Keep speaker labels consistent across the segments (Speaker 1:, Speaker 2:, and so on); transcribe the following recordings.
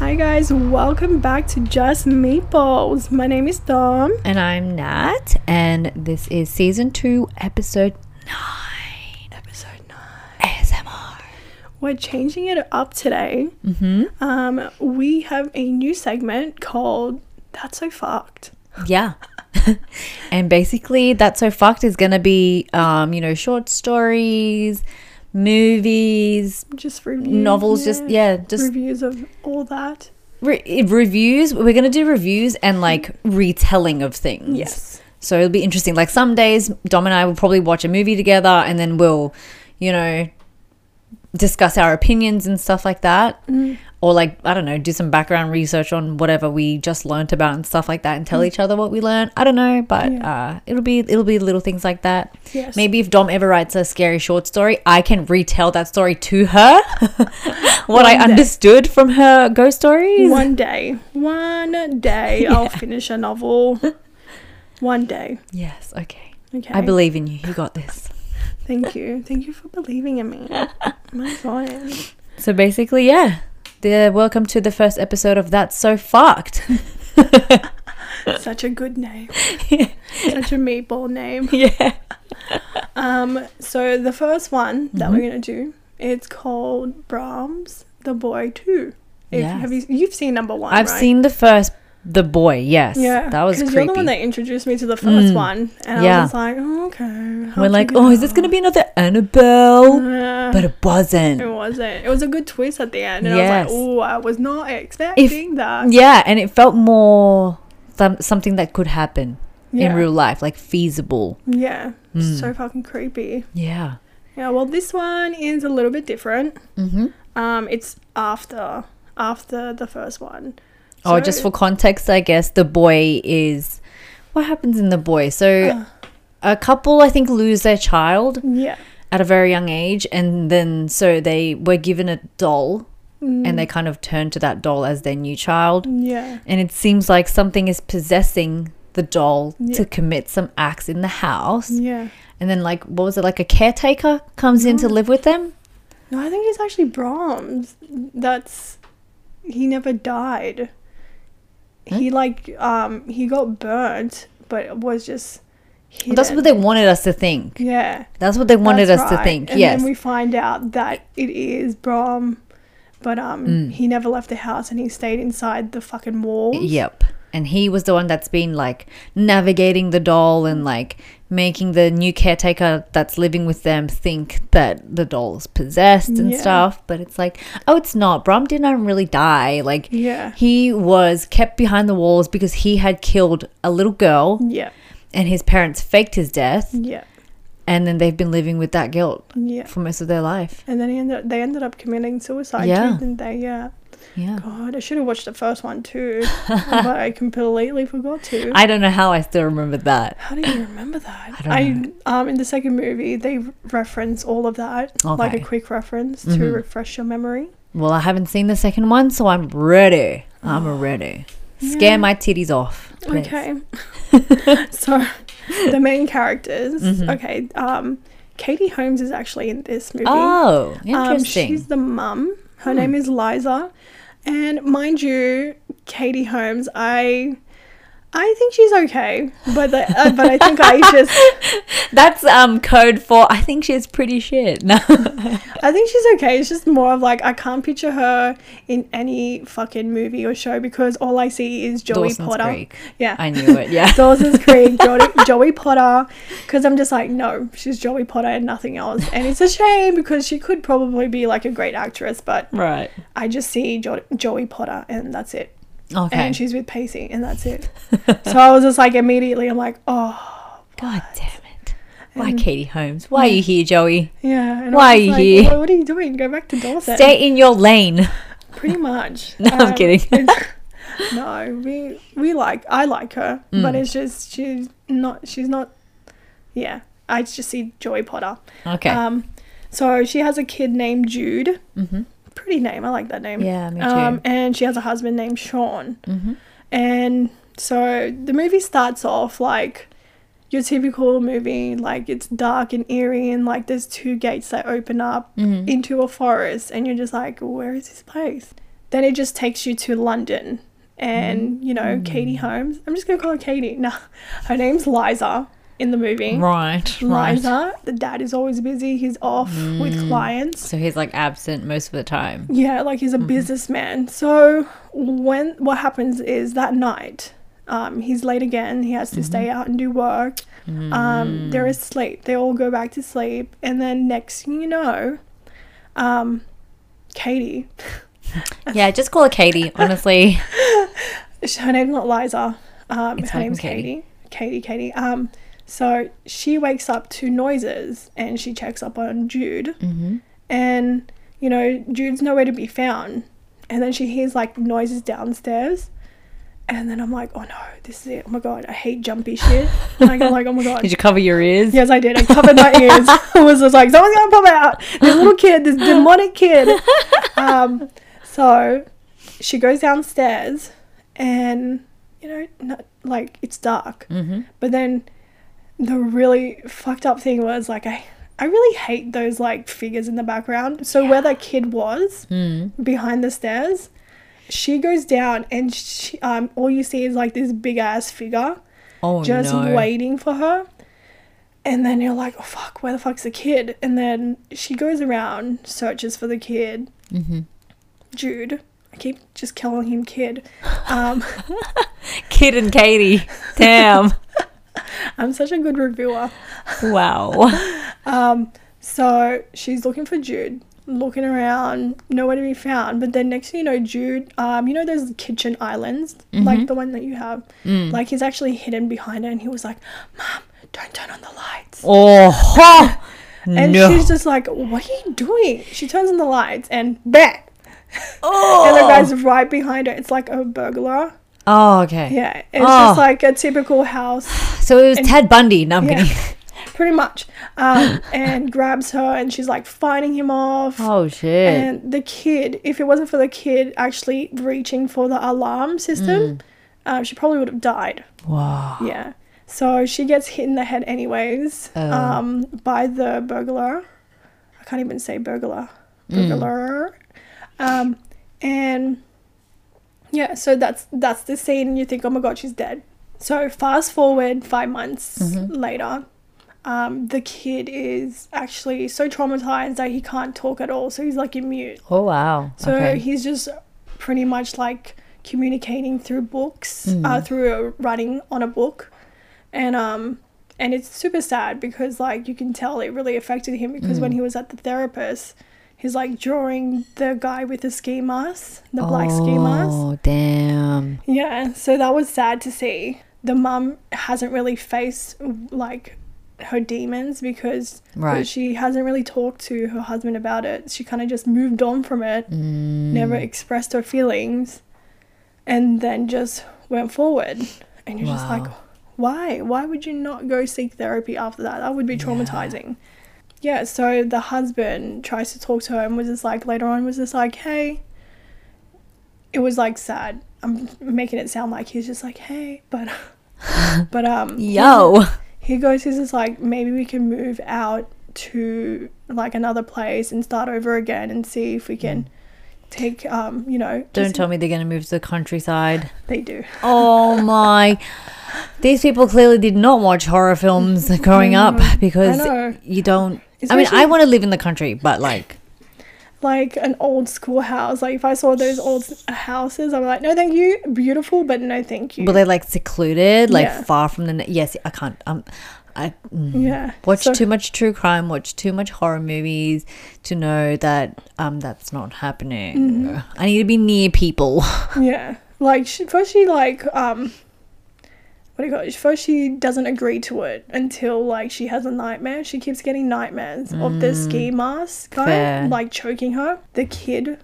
Speaker 1: guys, welcome back to Just Meatballs. My name is Dom.
Speaker 2: And I'm Nat, and this is season two, episode nine.
Speaker 1: Episode 9.
Speaker 2: ASMR.
Speaker 1: We're changing it up today. Mm-hmm. Um, we have a new segment called That's So Fucked.
Speaker 2: Yeah. and basically, That's So Fucked is going to be, um, you know, short stories, movies,
Speaker 1: Just reviews.
Speaker 2: novels, just, yeah, just
Speaker 1: Reviews of all that.
Speaker 2: re- reviews. We're going to do reviews and like retelling of things.
Speaker 1: Yes.
Speaker 2: So it'll be interesting. Like some days, Dom and I will probably watch a movie together and then we'll, you know, discuss our opinions and stuff like that.
Speaker 1: Mm-hmm.
Speaker 2: Or like, I don't know, do some background research on whatever we just learnt about and stuff like that and
Speaker 1: Mm-hmm.
Speaker 2: tell each other what we learned. I don't know, but uh, it'll be it'll be little things like that.
Speaker 1: Yes.
Speaker 2: Maybe if Dom ever writes a scary short story, I can retell that story to her. what I
Speaker 1: One day.
Speaker 2: understood from her ghost stories.
Speaker 1: One day. One day I'll finish a novel. One day.
Speaker 2: Yes, okay.
Speaker 1: Okay.
Speaker 2: I believe in you. You got this.
Speaker 1: Thank you. Thank you for believing in me. My God.
Speaker 2: So basically, yeah. The welcome to the first episode of That's So Fucked.
Speaker 1: Such a good name. Such a meatball name.
Speaker 2: yeah.
Speaker 1: Um, so the first one that
Speaker 2: Mm-hmm.
Speaker 1: we're gonna do, it's called Brahms The Boy Two. If
Speaker 2: Yes.
Speaker 1: have you you've seen number one?
Speaker 2: I've
Speaker 1: right?
Speaker 2: seen the first The Boy, yes.
Speaker 1: Yeah,
Speaker 2: That was creepy.
Speaker 1: you're the one that introduced me to the first
Speaker 2: Mm.
Speaker 1: one, and I
Speaker 2: Yeah.
Speaker 1: was like, oh, okay.
Speaker 2: We're like, oh, is this going to be another Annabelle? But it wasn't.
Speaker 1: Mm-hmm. it wasn't. It was a good twist at the end, and I
Speaker 2: Yes.
Speaker 1: was like, oh, I was not expecting that.
Speaker 2: Yeah, and it felt more th- something that could happen
Speaker 1: Yeah.
Speaker 2: in real life, like feasible.
Speaker 1: Yeah,
Speaker 2: Mm.
Speaker 1: so fucking creepy.
Speaker 2: Yeah.
Speaker 1: Yeah, well, this one is a little bit different.
Speaker 2: Mm-hmm.
Speaker 1: Um, it's after after the first one.
Speaker 2: Or
Speaker 1: So-
Speaker 2: Oh, just for context, I guess the boy is. What happens in the boy?
Speaker 1: Uh.
Speaker 2: So, a couple, I think, lose their child.
Speaker 1: yeah.
Speaker 2: at a very young age and then so they were given a doll
Speaker 1: Mm.
Speaker 2: and they kind of turned to that doll as their new child
Speaker 1: Yeah.
Speaker 2: and it seems like something is possessing the doll
Speaker 1: Yeah.
Speaker 2: to commit some acts in the house
Speaker 1: Yeah.
Speaker 2: and then like what was it like a caretaker comes in to
Speaker 1: Uh-huh.
Speaker 2: live with them
Speaker 1: No, I think it's actually Brahms. That's he never died. He like um he got burnt, but it was just hidden.
Speaker 2: that's what they wanted us to think
Speaker 1: yeah
Speaker 2: that's what they wanted
Speaker 1: that's
Speaker 2: us to
Speaker 1: right.
Speaker 2: think
Speaker 1: And
Speaker 2: yes
Speaker 1: then we find out that it is Brahm, but um
Speaker 2: Mm.
Speaker 1: he never left the house and he stayed inside the fucking walls.
Speaker 2: Yep. And he was the one that's been like navigating the doll and like making the new caretaker that's living with them think that the doll's possessed and
Speaker 1: Yeah.
Speaker 2: stuff. But it's like, oh, it's not. Brom didn't really die. Like,
Speaker 1: Yeah.
Speaker 2: he was kept behind the walls because he had killed a little girl
Speaker 1: Yeah.
Speaker 2: and his parents faked his death.
Speaker 1: Yeah.
Speaker 2: And then they've been living with that guilt
Speaker 1: Yeah.
Speaker 2: for most of their life.
Speaker 1: And then he ended, they ended up committing suicide,
Speaker 2: Yeah.
Speaker 1: too, didn't they? Yeah.
Speaker 2: Yeah.
Speaker 1: God, I should have watched the first one too, but I completely forgot to.
Speaker 2: I don't know how I still remember that.
Speaker 1: How do you remember that?
Speaker 2: I don't
Speaker 1: um in the second movie they reference all of that, like a
Speaker 2: Okay. Mm-hmm.
Speaker 1: quick reference to refresh your memory.
Speaker 2: Well, I haven't seen the second one, so I'm ready. I'm ready. Scare
Speaker 1: Yeah.
Speaker 2: my titties off. please.
Speaker 1: Okay. so the main characters.
Speaker 2: Mm-hmm.
Speaker 1: Okay. Um, Katie Holmes is actually in this movie.
Speaker 2: Oh,
Speaker 1: Um,
Speaker 2: interesting. Hmm.
Speaker 1: she's the mum. Her name is Liza. And mind you, Katie Holmes, I I think she's okay, but the, uh, but I think I just
Speaker 2: That's um code for I think she's pretty shit. No.
Speaker 1: I think she's okay. It's just more of like I can't picture her in any fucking movie or show because all I see is Joey
Speaker 2: Dawson's
Speaker 1: Potter.
Speaker 2: Creek.
Speaker 1: Yeah.
Speaker 2: I knew it. Yeah.
Speaker 1: Dawson's Creek, Joey, Joey Potter, because I'm just like, no, she's Joey Potter and nothing else. And it's a shame because she could probably be like a great actress, but
Speaker 2: right.
Speaker 1: I just see jo- Joey Potter and that's it.
Speaker 2: Okay.
Speaker 1: And she's with Pacey and that's it. so I was just like, immediately, I'm like, oh,
Speaker 2: God damn it. Why Katie Holmes? Why are you here, Joey?
Speaker 1: yeah. And I
Speaker 2: Why
Speaker 1: was
Speaker 2: are you
Speaker 1: like,
Speaker 2: here?
Speaker 1: "Well, what are you doing? Go back to Dawson.
Speaker 2: Stay in your lane.
Speaker 1: Pretty much. Um,
Speaker 2: No, I'm kidding.
Speaker 1: it's- no, we we like I like her,
Speaker 2: Mm.
Speaker 1: but it's just she's not she's not. Yeah, I just see Joy Potter.
Speaker 2: Okay.
Speaker 1: Um, so she has a kid named Jude.
Speaker 2: Mhm.
Speaker 1: Pretty name. I like that name.
Speaker 2: Yeah, me too.
Speaker 1: Um, and she has a husband named Sean.
Speaker 2: Mhm.
Speaker 1: And so the movie starts off like your typical movie, like it's dark and eerie, and like
Speaker 2: Mm-hmm.
Speaker 1: there's two gates that open up into a forest, and you're just like, where is this place? then it just takes you to London.
Speaker 2: Mm-hmm.
Speaker 1: And, you know, Katie Holmes. I'm just going to call her Katie. Nah, her name's Liza in the movie.
Speaker 2: Right. Right.
Speaker 1: Liza, the dad is always busy. He's off with clients.
Speaker 2: So he's like absent most of the time.
Speaker 1: Yeah, like he's a businessman. So when what happens is that night, um, he's late again. He has to stay out and do work. Um, they're asleep. They all go back to sleep, and then next thing you know, um, Katie,
Speaker 2: Yeah, just call her Katie. Honestly,
Speaker 1: her name's not Liza. Um,
Speaker 2: It's
Speaker 1: her name's
Speaker 2: fucking
Speaker 1: Katie. Katie.
Speaker 2: Katie.
Speaker 1: Katie. Um, so she wakes up to noises and she checks up on Jude. And, you know, Jude's nowhere to be found. And then she hears like noises downstairs. And then I'm like, oh no, this is it. Oh my God, I hate jumpy shit. Like, I'm like, oh my God.
Speaker 2: did you cover your ears?
Speaker 1: Yes, I did. I covered my ears. I was just like, someone's gonna pop out. This little kid, this demonic kid. Um, so she goes downstairs, and you know, not, like it's dark. Mm-hmm. But then the really fucked up thing was like I. I really hate those like figures in the background. So where that kid was behind the stairs, she goes down and she, um, all you see is like this big ass figure
Speaker 2: Oh
Speaker 1: just
Speaker 2: no.
Speaker 1: waiting for her. And then you're like, oh fuck, where the fuck's the kid? And then she goes around, searches for the kid. Mm-hmm. Jude. I keep just calling him kid. Um,
Speaker 2: Kid and Katie. Damn.
Speaker 1: I'm such a good reviewer.
Speaker 2: wow.
Speaker 1: So she's looking for Jude, looking around, nowhere to be found. But then next thing you know, Jude, um, you know those kitchen islands,
Speaker 2: Mm-hmm.
Speaker 1: like the one that you have?
Speaker 2: Mm.
Speaker 1: Like he's actually hidden behind her and he was like, Mom, don't turn on the lights.
Speaker 2: Oh. huh.
Speaker 1: And
Speaker 2: no.
Speaker 1: she's just like, "What are you doing?" She turns on the lights, and bang!
Speaker 2: oh.
Speaker 1: And the guy's right behind her. It's like a burglar.
Speaker 2: oh. Okay.
Speaker 1: Yeah, it's
Speaker 2: Oh.
Speaker 1: just like a typical house,
Speaker 2: So it was Ted Bundy. No, I'm
Speaker 1: Yeah.
Speaker 2: kidding.
Speaker 1: pretty much. Um, and grabs her, and she's like fighting him off.
Speaker 2: Oh shit.
Speaker 1: And the kid, if it wasn't for the kid actually reaching for the alarm
Speaker 2: Mm.
Speaker 1: system, um, she probably would have died.
Speaker 2: wow.
Speaker 1: Yeah. So she gets hit in the head, anyways, um, by the burglar. I can't even say burglar. Burglar. Um, and yeah, so that's that's the scene. You think, oh my god, she's dead. So fast forward five months later, um, the kid is actually so traumatized that he can't talk at all. So he's like in mute.
Speaker 2: Oh wow.
Speaker 1: So
Speaker 2: okay.
Speaker 1: he's just pretty much like communicating through books,
Speaker 2: Hmm.
Speaker 1: uh, through writing on a book, and um, and it's super sad because like you can tell it really affected him because
Speaker 2: Hmm.
Speaker 1: when he was at the therapist, he's like drawing the guy with the ski mask, the black ski mask.
Speaker 2: Oh damn.
Speaker 1: Yeah, so that was sad to see. The mum hasn't really faced like her demons because
Speaker 2: Right.
Speaker 1: she hasn't really talked to her husband about it. She kind of just moved on from it,
Speaker 2: Mm.
Speaker 1: never expressed her feelings, and then just went forward. And you're just like,
Speaker 2: Wow.
Speaker 1: why? Why would you not go seek therapy after that? That would be traumatizing. Yeah, so the husband tries to talk to her and was just like, later on, was just like, hey, it was like sad. I'm making it sound like he's just like, hey, but, but, um,
Speaker 2: Yo.
Speaker 1: he goes, he's just like, maybe we can move out to like another place and start over again and see if we can take, um, you know,
Speaker 2: Mm. Don't
Speaker 1: just-
Speaker 2: tell me they're gonna move to the countryside.
Speaker 1: they do.
Speaker 2: Oh my. These people clearly did not watch horror films growing up
Speaker 1: know.
Speaker 2: because you don't. I mean,
Speaker 1: Especially-
Speaker 2: I want to live in the country, but like,
Speaker 1: Like an old school house. Like if I saw those old s- houses, I'm like, no, thank you. Beautiful, but no, thank you.
Speaker 2: were they like secluded, like
Speaker 1: Yeah.
Speaker 2: far from the? na- Yes, I can't. Um, I mm.
Speaker 1: yeah.
Speaker 2: watch
Speaker 1: So-
Speaker 2: too much true crime, watch too much horror movies to know that um that's not happening.
Speaker 1: Mm-hmm.
Speaker 2: I need to be near people.
Speaker 1: Yeah. Like she, first she like um what do you call it? First she doesn't agree to it until like she has a nightmare. She keeps getting nightmares of the ski mask guy
Speaker 2: Mm. fair.
Speaker 1: like choking her. The kid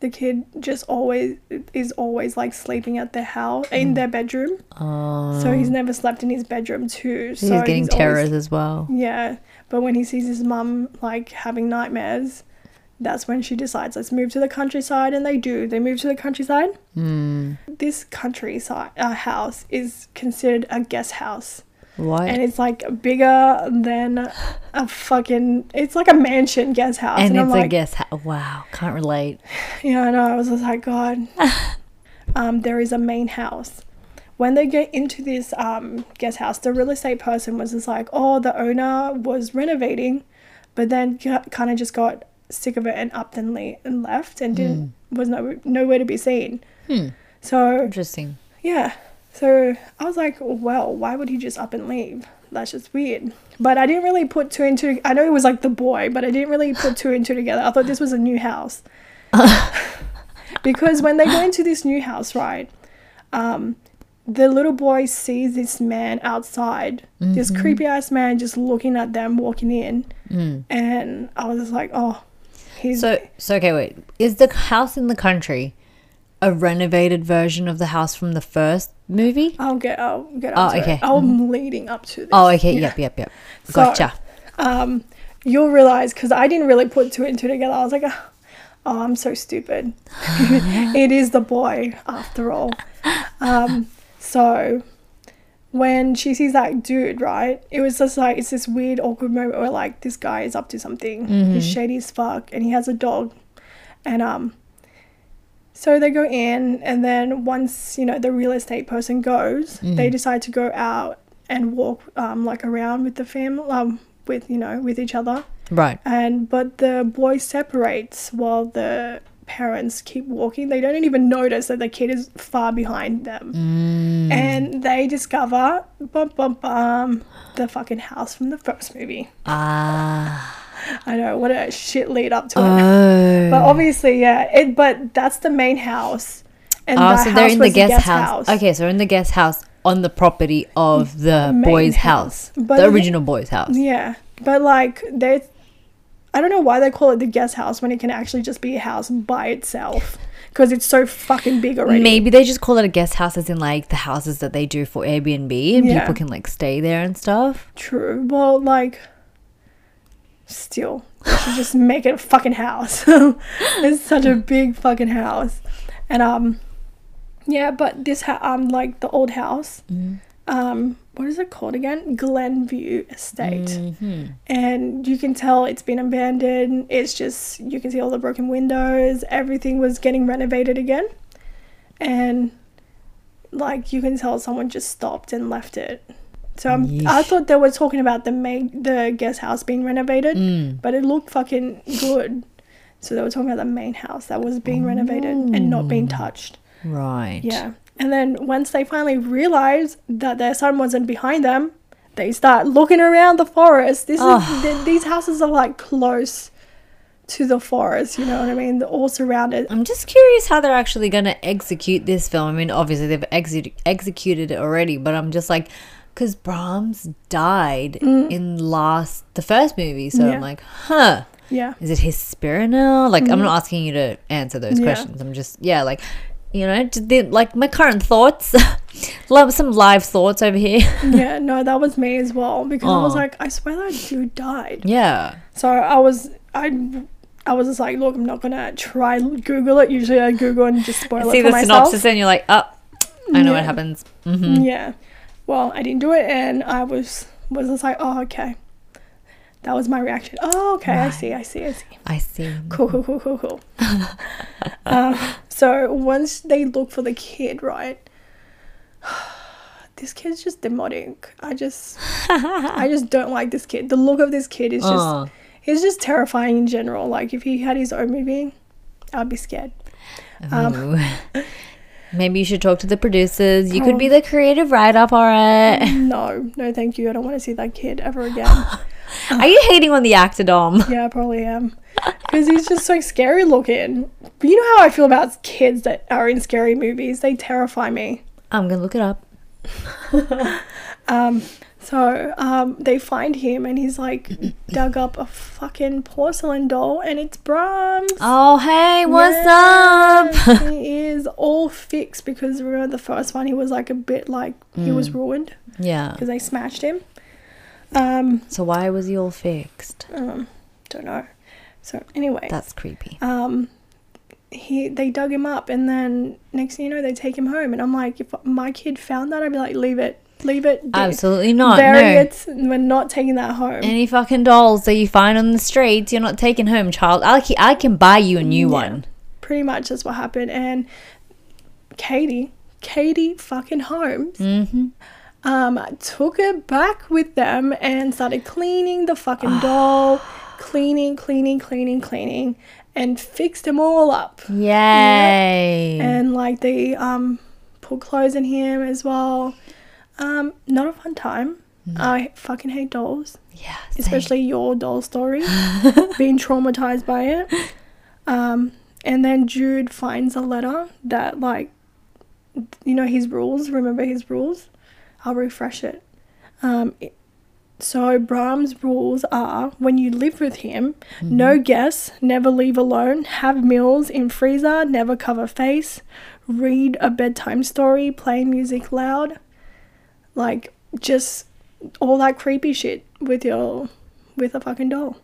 Speaker 1: the kid just always is always like sleeping at their house
Speaker 2: Mm.
Speaker 1: in their bedroom.
Speaker 2: Um,
Speaker 1: So he's never slept in his bedroom too. So
Speaker 2: he's getting
Speaker 1: always-
Speaker 2: terrors as well.
Speaker 1: yeah, but when he sees his mum like having nightmares, that's when she decides let's move to the countryside, and they do. They move to the countryside.
Speaker 2: Hmm.
Speaker 1: This countryside uh, house is considered a guest house.
Speaker 2: What?
Speaker 1: and it's like bigger than a fucking. It's like a mansion guest house,
Speaker 2: and it's
Speaker 1: I'm like,
Speaker 2: a guess. How, wow, can't relate.
Speaker 1: Yeah, I know. I was just like, God, um, there is a main house. When they get into this um, guest house, the real estate person was just like, oh, the owner was renovating, but then kind of just got sick of it and upped and, le- and left and didn't was no- nowhere to be seen.
Speaker 2: Hmm.
Speaker 1: So
Speaker 2: Interesting.
Speaker 1: yeah. So I was like, well, why would he just up and leave? That's just weird. But I didn't really put two and two. I know it was like the boy, but I didn't really put two and two together. I thought this was a new house. because when they go into this new house, right? Um, the little boy sees this man outside, this
Speaker 2: Mm-hmm.
Speaker 1: creepy ass man just looking at them walking in. And I was just like, oh, he's.
Speaker 2: Mm. So, so okay, wait. Is the house in the country a renovated version of the house from the first movie?
Speaker 1: I'll get, I'll get up
Speaker 2: Oh,
Speaker 1: to
Speaker 2: okay.
Speaker 1: it. I'm leading up to this.
Speaker 2: Oh, okay. Yep, yep, yep. Gotcha.
Speaker 1: um, you'll realize because I didn't really put two and two together. I was like, oh, oh, I'm so stupid. it is the boy after all. Um, so when she sees that dude, right? It was just like it's this weird, awkward moment where like this guy is up to something. He's shady as fuck, and he has a dog, and um. So they go in, and then once you know the real estate person goes, they decide to go out and walk um, like around with the family, um, with you know with each other.
Speaker 2: right.
Speaker 1: And but the boy separates while the parents keep walking. They don't even notice that the kid is far behind them,
Speaker 2: Mm.
Speaker 1: and they discover bum bum bum the fucking house from the first movie.
Speaker 2: Ah.
Speaker 1: I know what a shit lead up to it.
Speaker 2: Oh.
Speaker 1: But obviously, yeah. It but that's the main house. And
Speaker 2: Oh,
Speaker 1: that
Speaker 2: so they're in the
Speaker 1: was
Speaker 2: guest, house. Okay, so in the guest house on the property of the
Speaker 1: Main
Speaker 2: boy's
Speaker 1: house.
Speaker 2: house,
Speaker 1: But
Speaker 2: the
Speaker 1: it-
Speaker 2: original boy's house.
Speaker 1: Yeah, but like they, I don't know why they call it the guest house when it can actually just be a house by itself because it's so fucking big already.
Speaker 2: Maybe they just call it a guest house, as in like the houses that they do for Airbnb, and
Speaker 1: Yeah.
Speaker 2: people can like stay there and stuff.
Speaker 1: True. Well, like, still, they should just make it a fucking house. it's such a big fucking house, and um, yeah. But this ha- um, like the old house, um, what is it called again? Glenview Estate. And you can tell it's been abandoned. It's just you can see all the broken windows. Everything was getting renovated again, and like you can tell someone just stopped and left it. So I'm, I
Speaker 2: Yeesh.
Speaker 1: thought they were talking about the main the guest house being renovated, but it looked fucking good. So they were talking about the main house that was being renovated and not being touched.
Speaker 2: Right.
Speaker 1: Yeah. And then once they finally realize that their son wasn't behind them, they start looking around the forest. This is, th- these houses are like close to the forest, you know what I mean? They're all surrounded.
Speaker 2: I'm just curious how they're actually going to execute this film. I mean, obviously they've exe- executed it already, but I'm just like, because Brahms died in last the first movie, so
Speaker 1: Mm. Yeah.
Speaker 2: I'm like, huh.
Speaker 1: Yeah.
Speaker 2: Is it his spirit now? Like, I'm not asking you to answer those
Speaker 1: Mm-hmm. Yeah.
Speaker 2: questions. I'm just, yeah, like, you know, did they, like my current thoughts, love some live thoughts over here.
Speaker 1: yeah, no, that was me as well because I was
Speaker 2: Aw.
Speaker 1: like, I swear that dude died.
Speaker 2: yeah.
Speaker 1: So I was I I was just like, look, I'm not gonna try Google it. Usually I Google and just spoil
Speaker 2: See
Speaker 1: it for
Speaker 2: the
Speaker 1: myself.
Speaker 2: synopsis and you're like, oh, I know
Speaker 1: Yeah.
Speaker 2: what happens. hmm
Speaker 1: Yeah. Well, I didn't do it, and I was was just like, oh, okay. That was my reaction. Oh, okay, I see, I see, I see.
Speaker 2: I see.
Speaker 1: Cool, cool, cool, cool, cool. um, so once they look for the kid, right? This kid's just demotic. I just, I just don't like this kid. The look of this kid is just,
Speaker 2: Aw.
Speaker 1: he's just terrifying in general. Like if he had his own movie, I'd be scared. Um,
Speaker 2: Ooh. Maybe you should talk to the producers. You could be
Speaker 1: Oh.
Speaker 2: the creative writer for it.
Speaker 1: No, no, thank you. I don't want to see that kid ever again.
Speaker 2: Are you hating on the actor, Dom?
Speaker 1: Yeah, I probably am. Because he's just so scary looking. But you know how I feel about kids that are in scary movies? They terrify me.
Speaker 2: I'm gonna look it up.
Speaker 1: Um, so um, they find him and he's like dug up a fucking porcelain doll and it's Brahms.
Speaker 2: Oh, hey, what's up?
Speaker 1: And he is all fixed because remember the first one, he was like a bit like he was ruined
Speaker 2: yeah.
Speaker 1: because they smashed him. Um,
Speaker 2: So why was he all fixed?
Speaker 1: um, don't know. So anyway.
Speaker 2: That's creepy.
Speaker 1: um, he they dug him up, and then next thing you know, they take him home. And I'm like, if my kid found that, I'd be like, leave it. Leave it. be-
Speaker 2: Absolutely not.
Speaker 1: Bury
Speaker 2: no.
Speaker 1: it. and We're not taking that home.
Speaker 2: Any fucking dolls that you find on the streets, you're not taking home, child. I can, I can buy you a new
Speaker 1: Yeah.
Speaker 2: one.
Speaker 1: Pretty much that's what happened. And Katie, Katie fucking Holmes,
Speaker 2: hmm
Speaker 1: um, took it back with them and started cleaning the fucking doll, cleaning, cleaning, cleaning, cleaning, and fixed them all up.
Speaker 2: Yay.
Speaker 1: And like they um, put clothes in him as well. Um, not a fun time. I fucking hate dolls,
Speaker 2: yeah.
Speaker 1: especially your doll story. being traumatized by it. Um, and then Jude finds a letter that, like, you know, his rules. Remember his rules? I'll refresh it. Um, it- so, Brahms' rules are when you live with him, no guests, never leave alone, have meals in freezer, never cover face, read a bedtime story, play music loud. Like, just all that creepy shit with your, with a fucking doll.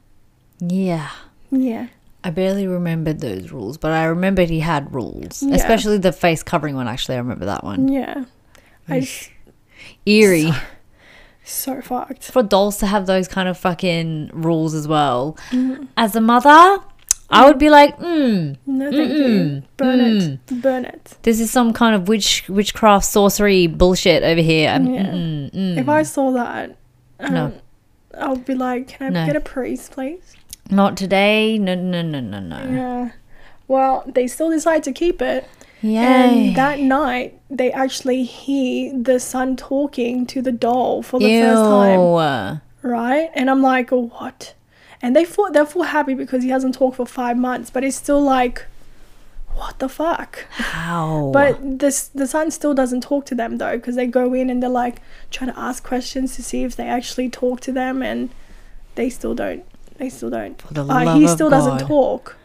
Speaker 2: yeah.
Speaker 1: Yeah.
Speaker 2: I barely remembered those rules, but I remembered he had rules,
Speaker 1: Yeah. Mm.
Speaker 2: especially the face covering one. Actually, I remember that one.
Speaker 1: Yeah. I just,
Speaker 2: Eerie.
Speaker 1: so fucked.
Speaker 2: For dolls to have those kind of fucking rules as well.
Speaker 1: Mm.
Speaker 2: As a mother, I would be like, hmm,
Speaker 1: No, thank you. Burn
Speaker 2: Mm.
Speaker 1: it. Burn it.
Speaker 2: this is some kind of witch witchcraft sorcery bullshit over here. I'm,
Speaker 1: Yeah.
Speaker 2: mm, mm.
Speaker 1: If I saw that, um,
Speaker 2: No.
Speaker 1: I'll be like, can I
Speaker 2: No.
Speaker 1: get a priest, please?
Speaker 2: Not today. No, no, no, no, no.
Speaker 1: Yeah. Well, they still decide to keep it.
Speaker 2: Yay.
Speaker 1: And that night, they actually hear the son talking to the doll for the
Speaker 2: Ew.
Speaker 1: first time, right? And I'm like, what? And they thought they're full happy because he hasn't talked for five months, but it's still like, what the fuck?
Speaker 2: How?
Speaker 1: But this the son still doesn't talk to them though, because they go in and they're like trying to ask questions to see if they actually talk to them, and they still don't. They still don't.
Speaker 2: For the
Speaker 1: Uh, he
Speaker 2: love of
Speaker 1: still
Speaker 2: God.
Speaker 1: doesn't talk.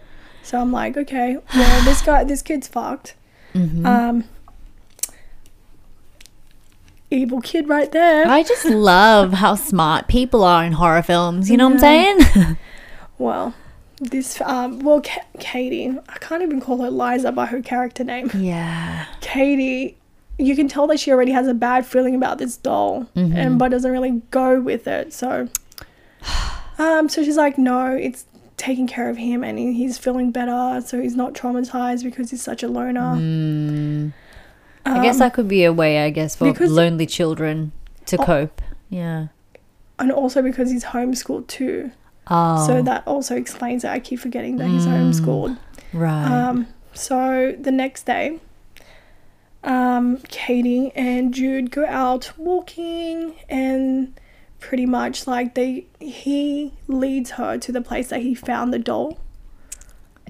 Speaker 1: So I'm like, okay, well, this guy, this kid's fucked.
Speaker 2: Mhm.
Speaker 1: Um, evil kid right there.
Speaker 2: I just love how smart people are in horror films. You know what I'm saying?
Speaker 1: well, this um, well, Ca- Katie. I can't even call her Liza by her character name.
Speaker 2: yeah.
Speaker 1: Katie, you can tell that she already has a bad feeling about this doll, and but doesn't really go with it. So, um, so she's like, no, it's taking care of him, and he- he's feeling better, so he's not traumatized because he's such a loner.
Speaker 2: Mm. I guess that could be a way, I guess, for
Speaker 1: Um, because-
Speaker 2: lonely children to
Speaker 1: Oh.
Speaker 2: cope. Yeah.
Speaker 1: And also because he's homeschooled too,
Speaker 2: Oh.
Speaker 1: so that also explains it. I keep forgetting that he's homeschooled.
Speaker 2: right.
Speaker 1: Um, so the next day, um, Katie and Jude go out walking, and pretty much like they he leads her to the place that he found the doll.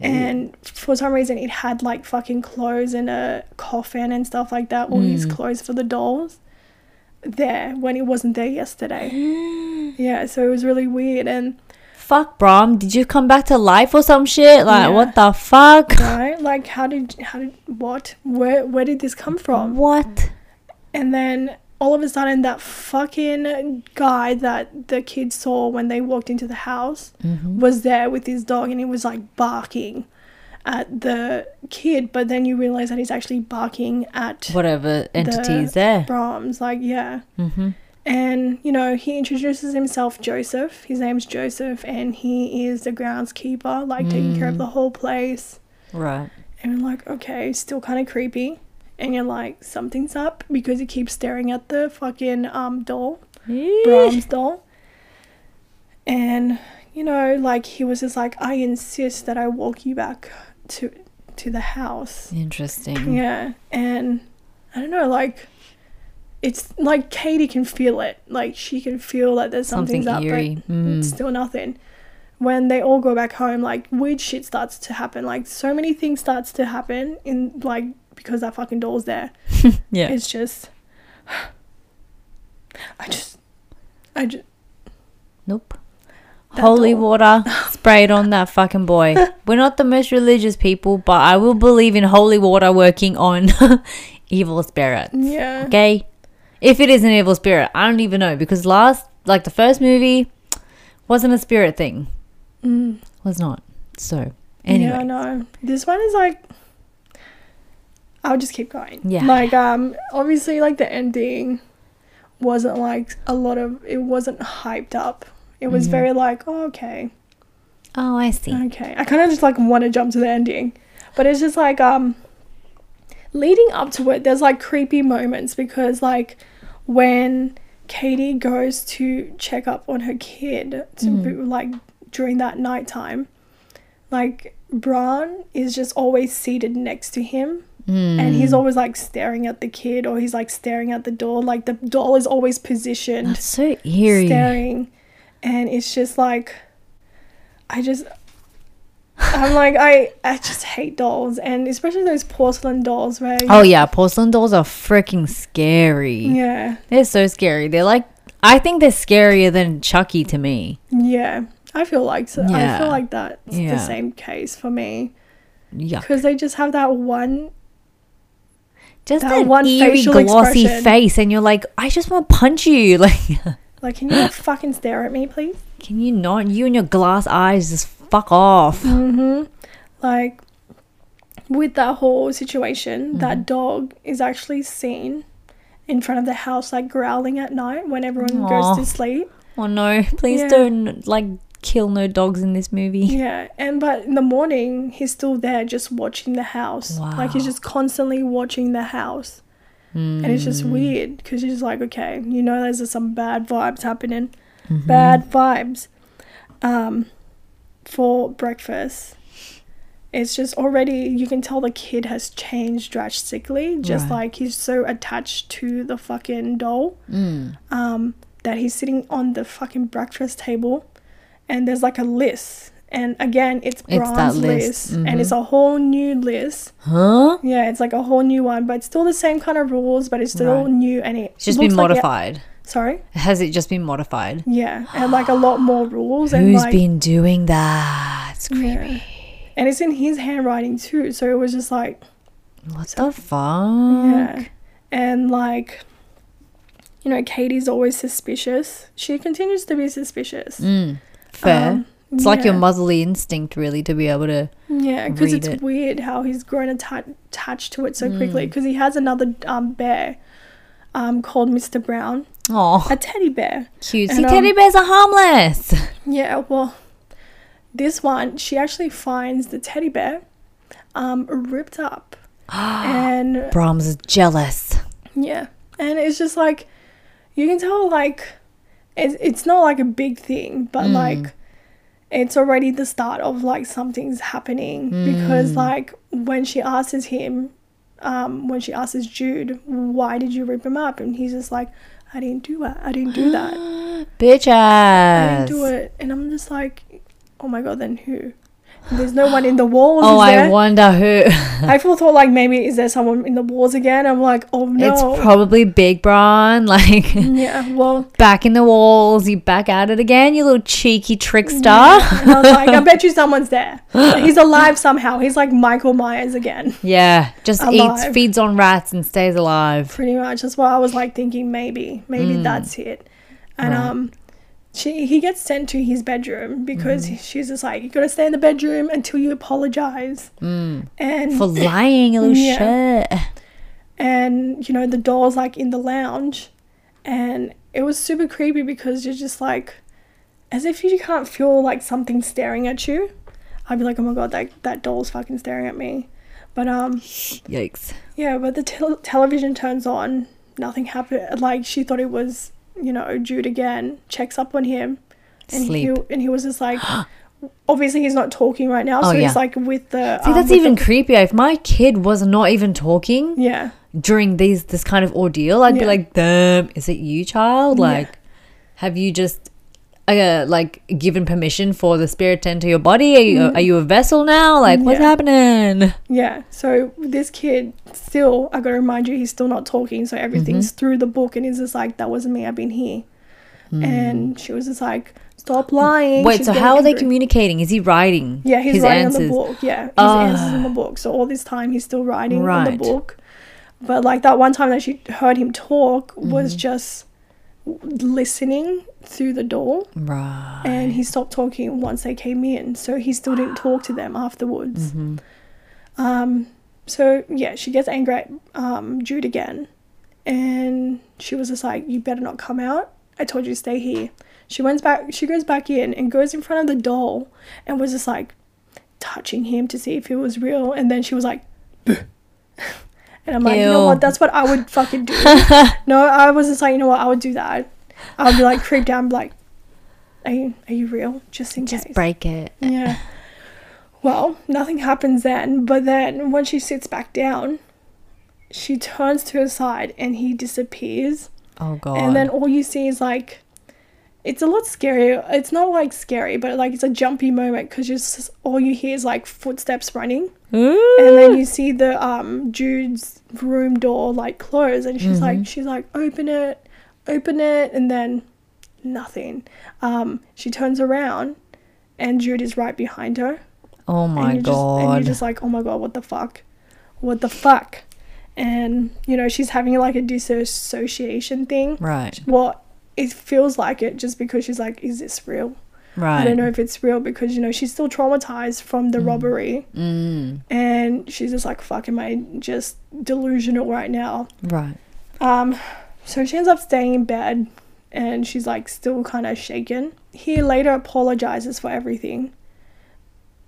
Speaker 1: And for some reason, it had like fucking clothes and a coffin and stuff like that. All his clothes for the dolls there when it wasn't there yesterday. yeah, so it was really weird. And
Speaker 2: fuck, Brom. Did you come back to life or some shit?
Speaker 1: Yeah.
Speaker 2: Like, what the fuck?
Speaker 1: right, like how did how did what where where did this come from?
Speaker 2: What?
Speaker 1: And then all of a sudden, that fucking guy that the kids saw when they walked into the house was there with his dog and he was like barking at the kid. But then you realize that he's actually barking at
Speaker 2: Whatever entity
Speaker 1: the
Speaker 2: is there.
Speaker 1: Brahms. Like, yeah.
Speaker 2: Mhm.
Speaker 1: And, you know, he introduces himself, Joseph. His name's Joseph, and he is the groundskeeper, like taking care of the whole place.
Speaker 2: Right.
Speaker 1: And you're like, okay, still kind of creepy. And you're like, something's up because he keeps staring at the fucking um, doll, Brahms doll. And, you know, like he was just like, I insist that I walk you back to to the house.
Speaker 2: Interesting.
Speaker 1: Yeah. And I don't know, like it's like Katie can feel it. Like she can feel that there's
Speaker 2: Something
Speaker 1: something's up,
Speaker 2: eerie.
Speaker 1: but
Speaker 2: Mm.
Speaker 1: it's still nothing. When they all go back home, like weird shit starts to happen. Like so many things starts to happen in like because that fucking doll's there.
Speaker 2: Yeah.
Speaker 1: It's just I just I just
Speaker 2: Nope.
Speaker 1: That
Speaker 2: Holy
Speaker 1: doll.
Speaker 2: water sprayed on that fucking boy. We're not the most religious people, but I will believe in holy water working on evil spirits.
Speaker 1: yeah.
Speaker 2: Okay? If it is an evil spirit, I don't even know because last, like the first movie, wasn't a spirit thing.
Speaker 1: Mm.
Speaker 2: Was not. So, anyway.
Speaker 1: Yeah, I know. This one is like I'll just keep going.
Speaker 2: Yeah.
Speaker 1: Like um obviously like the ending wasn't like a lot of it wasn't hyped up. It
Speaker 2: Mm-hmm.
Speaker 1: was very like, oh, okay,
Speaker 2: Oh, I see.
Speaker 1: okay. I kind of just like want to jump to the ending, but it's just like um, leading up to it, there's like creepy moments because like when Katie goes to check up on her kid, to be, like during that nighttime, like Bran is just always seated next to him and he's always like staring at the kid or he's like staring at the door like the doll is always positioned
Speaker 2: That's so eerie.
Speaker 1: staring and it's just like i just i'm like i i just hate dolls and especially those porcelain dolls where you-
Speaker 2: Oh yeah, porcelain dolls are freaking scary.
Speaker 1: yeah
Speaker 2: They're so scary. They're like I think they're scarier than Chucky to me.
Speaker 1: yeah i feel like so i
Speaker 2: Yeah.
Speaker 1: feel like that's
Speaker 2: Yeah.
Speaker 1: the same case for me
Speaker 2: Yeah.
Speaker 1: because they just have that one
Speaker 2: Just
Speaker 1: that
Speaker 2: that,
Speaker 1: one
Speaker 2: eerie
Speaker 1: facial
Speaker 2: glossy
Speaker 1: expression.
Speaker 2: face and you're like, I just wanna punch you. Like
Speaker 1: like can you not fucking stare at me please
Speaker 2: can you not you and your glass eyes just fuck off.
Speaker 1: like with that whole situation
Speaker 2: Mm-hmm.
Speaker 1: that dog is actually seen in front of the house like growling at night when everyone goes
Speaker 2: Aw.
Speaker 1: to sleep
Speaker 2: Oh no, please
Speaker 1: Yeah.
Speaker 2: don't like kill no dogs in this movie.
Speaker 1: yeah and but in the morning he's still there just watching the house like he's
Speaker 2: Wow. Hmm.
Speaker 1: just constantly watching the house and it's just weird because you're just like okay you know there's just some bad vibes happening
Speaker 2: Mm-hmm.
Speaker 1: bad vibes um, for breakfast it's just already you can tell the kid has changed drastically just
Speaker 2: Right.
Speaker 1: like he's so attached to the fucking doll
Speaker 2: Mm.
Speaker 1: um, that he's sitting on the fucking breakfast table and there's like a list and again it's
Speaker 2: that
Speaker 1: bronze list,
Speaker 2: list, Mm-hmm.
Speaker 1: and it's a whole new list
Speaker 2: Huh?
Speaker 1: yeah it's like a whole new one but it's still the same kind of rules but it's still
Speaker 2: Right.
Speaker 1: new and it
Speaker 2: It's just
Speaker 1: looks
Speaker 2: been
Speaker 1: like it-
Speaker 2: modified.
Speaker 1: sorry
Speaker 2: Has it just been modified?
Speaker 1: yeah and like a lot more rules and
Speaker 2: Who's
Speaker 1: like
Speaker 2: been doing that? It's
Speaker 1: yeah.
Speaker 2: creepy.
Speaker 1: and it's in his handwriting too so it was just like
Speaker 2: What
Speaker 1: So-
Speaker 2: the fuck?
Speaker 1: Yeah. And like, you know, Katie's always suspicious. She continues to be suspicious.
Speaker 2: Mm, fair.
Speaker 1: Um,
Speaker 2: it's like your
Speaker 1: yeah.
Speaker 2: motherly instinct, really, to be able to.
Speaker 1: Yeah, because
Speaker 2: read
Speaker 1: it's
Speaker 2: it. Mm.
Speaker 1: weird how he's grown atta- attached to it so quickly. Because he has another um, bear um, called Mr. Brown,
Speaker 2: Oh,
Speaker 1: a teddy bear.
Speaker 2: cute.
Speaker 1: and,
Speaker 2: See, teddy
Speaker 1: um,
Speaker 2: bears are harmless.
Speaker 1: Yeah, well, this one, she actually finds the teddy bear um, ripped up. and
Speaker 2: Brahms is jealous.
Speaker 1: Yeah. And it's just like you can tell like it's it's not like a big thing,
Speaker 2: Mm.
Speaker 1: but like it's already the start of like something's happening
Speaker 2: Mm.
Speaker 1: because like when she asks him um when she asks Jude, why did you rip him up? And he's just like, I didn't do that. I didn't do that.
Speaker 2: Bitch
Speaker 1: I didn't
Speaker 2: ass.
Speaker 1: do it. And I'm just like, oh my god, then who? There's no one in the walls.
Speaker 2: Oh,
Speaker 1: is
Speaker 2: I
Speaker 1: there?
Speaker 2: wonder who.
Speaker 1: I full thought like maybe is there someone in the walls again? I'm like, oh no.
Speaker 2: It's probably Big Braun. Like,
Speaker 1: yeah, well,
Speaker 2: back in the walls. You back at it again, you little cheeky trickster.
Speaker 1: And I was like, I bet you someone's there. He's alive somehow. He's like Michael Myers again,
Speaker 2: Yeah, just
Speaker 1: Alive.
Speaker 2: eats, feeds on rats, and stays alive.
Speaker 1: pretty much. That's why I was like thinking maybe, maybe that's it. And um, she he gets sent to his bedroom because she's just like, you gotta stay in the bedroom until you apologize. And
Speaker 2: For lying, you little
Speaker 1: Yeah.
Speaker 2: shit.
Speaker 1: and you know the doll's like in the lounge, and it was super creepy because you're just like, as if you can't feel like something staring at you. I'd be like, oh my god, that that doll's fucking staring at me. But um,
Speaker 2: Yikes.
Speaker 1: Yeah, but the tel- television turns on. Nothing happened. Like she thought it was, you know, Jude again. Checks up on him, and
Speaker 2: Sleep.
Speaker 1: he and he was just like, obviously he's not talking right now, so
Speaker 2: Oh, yeah.
Speaker 1: he's like with the.
Speaker 2: See,
Speaker 1: um,
Speaker 2: that's
Speaker 1: with
Speaker 2: even
Speaker 1: the-
Speaker 2: creepier. If my kid was not even talking
Speaker 1: yeah,
Speaker 2: during these this kind of ordeal, I'd
Speaker 1: Yeah.
Speaker 2: be like, "Damn, is it you, child? Like, have you just uh, like given permission for the spirit to enter your body? Are you, are you a vessel now? Like, what's
Speaker 1: Mm-hmm. Yeah.
Speaker 2: happening?"
Speaker 1: yeah. So this kid still, I gotta remind you, he's still not talking. So everything's
Speaker 2: Mm-hmm.
Speaker 1: through the book, and he's just like, that wasn't me. I've been here, and she was just like, stop lying.
Speaker 2: Hmm. Wait,
Speaker 1: She's
Speaker 2: so
Speaker 1: getting
Speaker 2: how are they
Speaker 1: angry.
Speaker 2: communicating? Is he writing?
Speaker 1: Yeah, he's
Speaker 2: his
Speaker 1: writing on
Speaker 2: answers?
Speaker 1: the book. Yeah, his
Speaker 2: Ah.
Speaker 1: answers on the book. So all this time he's still writing on the
Speaker 2: Right.
Speaker 1: book. But like that one time that she heard him talk was
Speaker 2: Mm-hmm.
Speaker 1: just listening through the door,
Speaker 2: Right.
Speaker 1: and he stopped talking once they came in. So he still didn't talk to them afterwards.
Speaker 2: Mm-hmm.
Speaker 1: Um, so yeah, she gets angry at um, Jude again, and she was just like, "You better not come out. I told you to stay here." She went back. She goes back in and goes in front of the doll and was just like touching him to see if it was real. And then she was like, "Bleh." and I'm like, you know
Speaker 2: Ew.
Speaker 1: what? That's what I would fucking do. no, I was just like, you know what? I would do that. I would be like creeped out and be like, "Are you are you real?" Just in
Speaker 2: Just
Speaker 1: case.
Speaker 2: break it.
Speaker 1: Yeah. Well, nothing happens then, but then when she sits back down, she turns to her side and he disappears.
Speaker 2: Oh god.
Speaker 1: And then all you see is like, it's a lot scarier. It's not like scary, but like it's a jumpy moment because just all you hear is like footsteps running.
Speaker 2: Ooh.
Speaker 1: And then you see the um Jude's room door like close and she's
Speaker 2: Mm-hmm.
Speaker 1: like she's like open it, open it and then nothing. Um she turns around and Jude is right behind her.
Speaker 2: oh
Speaker 1: and
Speaker 2: my
Speaker 1: you're Just, and
Speaker 2: god.
Speaker 1: you're just like, oh my god, what the fuck? What the fuck? And you know, she's having like a disassociation thing.
Speaker 2: right.
Speaker 1: Well, it feels like it just because she's like, is this real?
Speaker 2: Right.
Speaker 1: I don't know if it's real because you know she's still traumatized from the robbery,
Speaker 2: Mm.
Speaker 1: and she's just like, "Fuck, am I just delusional right now?"
Speaker 2: Right.
Speaker 1: Um, so she ends up staying in bed, and she's like still kind of shaken. He later apologizes for everything,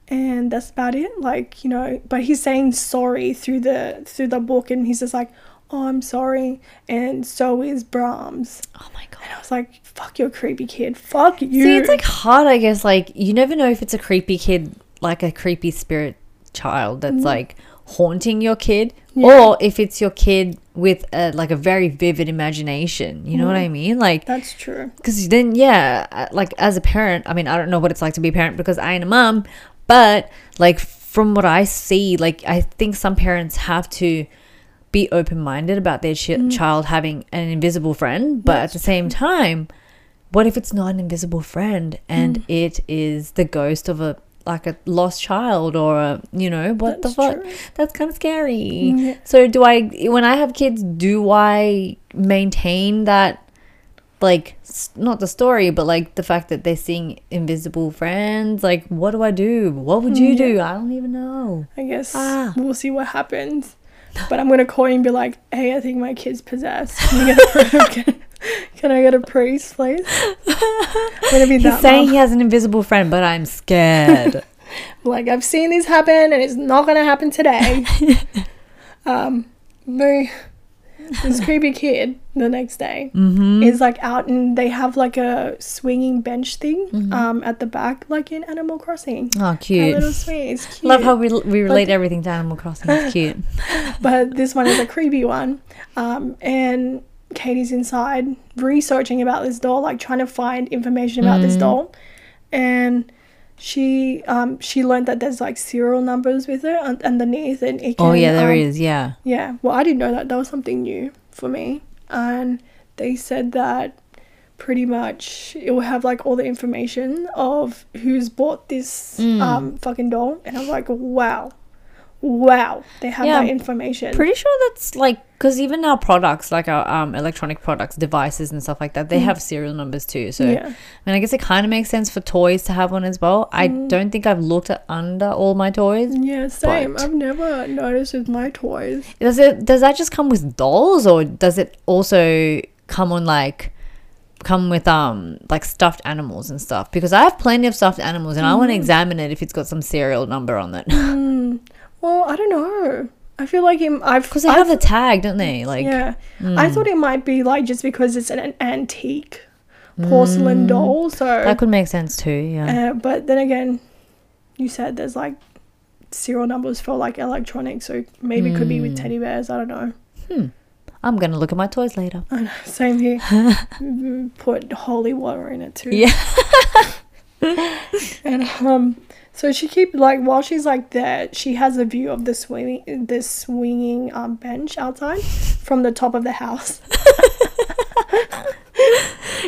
Speaker 1: and that's about it. Like you know, but he's saying sorry through the through the book, and he's just like, "Oh, I'm sorry," and so is Brahms.
Speaker 2: Oh my god.
Speaker 1: And I was like, "Fuck, you're a creepy kid. Fuck you."
Speaker 2: See, it's like hard, I guess. Like you never know if it's a creepy kid, like a creepy spirit child that's like haunting your kid,
Speaker 1: Mm-hmm. Yeah.
Speaker 2: or if it's your kid with a, like a very vivid imagination. You know what
Speaker 1: Mm-hmm.
Speaker 2: I mean? Like
Speaker 1: that's true.
Speaker 2: because then, yeah, uh, like as a parent, I mean, I don't know what it's like to be a parent because I ain't a mum, but like from what I see, like I think some parents have to be open minded about their chi-
Speaker 1: Mm.
Speaker 2: child having an invisible friend, but at the same time, what if it's not an invisible friend
Speaker 1: Mm.
Speaker 2: and it is the ghost of a like a lost child or a you know what
Speaker 1: That's
Speaker 2: the fuck
Speaker 1: true. Mm.
Speaker 2: that's kind of scary
Speaker 1: Yeah.
Speaker 2: so do i when i have kids do i maintain that like s- not the story but like the fact that they're seeing invisible friends like what do i do what would
Speaker 1: Hmm.
Speaker 2: you do i don't even know
Speaker 1: I guess
Speaker 2: Ah.
Speaker 1: we'll see what happens. But I'm gonna call you and be like, "Hey, I think my kid's possessed. Can I get a, pri- can I get a priest, please?" I'm gonna be
Speaker 2: he's
Speaker 1: that
Speaker 2: saying
Speaker 1: mom.
Speaker 2: he has an invisible friend but i'm scared
Speaker 1: Like I've seen these happen, and it's not gonna happen today. um, the this creepy kid the next day
Speaker 2: Mm-hmm.
Speaker 1: is like out, and they have like a swinging bench thing um at the back, like in Animal Crossing. A
Speaker 2: oh Mm-hmm. cute
Speaker 1: little swing. It's cute.
Speaker 2: love how we, we relate everything to animal crossing it's cute
Speaker 1: but this one is a creepy one. Um, and Katie's inside researching about this doll, like trying to find information about
Speaker 2: Mm.
Speaker 1: this doll. And she um, she learned that there's like serial numbers with it un- underneath, and it can.
Speaker 2: oh yeah there
Speaker 1: um,
Speaker 2: is yeah
Speaker 1: Yeah, well, I didn't know that. That was something new for me. And they said that pretty much it will have like all the information of who's bought this
Speaker 2: Mm.
Speaker 1: um, fucking doll. And I was like, wow. Wow, they have
Speaker 2: Yeah,
Speaker 1: that information.
Speaker 2: pretty sure that's like because even our products like our um, electronic products devices and stuff like that they have serial numbers too so
Speaker 1: Hmm. Yeah.
Speaker 2: i mean i guess it kind of makes sense for toys to have one as well i
Speaker 1: Mm.
Speaker 2: don't think i've looked at under all my toys
Speaker 1: Yeah, same.
Speaker 2: But-
Speaker 1: I've never noticed with my toys.
Speaker 2: does it does that just come with dolls or does it also come on like come with um like stuffed animals and stuff because i have plenty of stuffed animals and i want to
Speaker 1: Mm.
Speaker 2: examine it if it's got some serial number on it
Speaker 1: Hmm. Well, I don't know. I feel like it, I've
Speaker 2: because they
Speaker 1: I've-
Speaker 2: have the tag don't they like hmm.
Speaker 1: yeah. I thought it might be like just because it's an, an antique porcelain doll. So,
Speaker 2: that could make sense too Hmm. yeah
Speaker 1: uh, but then again, you said there's like serial numbers for like electronics, so maybe it could be with
Speaker 2: Hmm.
Speaker 1: teddy bears. I don't know.
Speaker 2: i'm gonna look at my toys later
Speaker 1: I know. Same here. Mm, Put holy water in it too.
Speaker 2: Yeah.
Speaker 1: and um, so she keep like while she's like there, she has a view of the swinging the swinging um bench outside from the top of the house.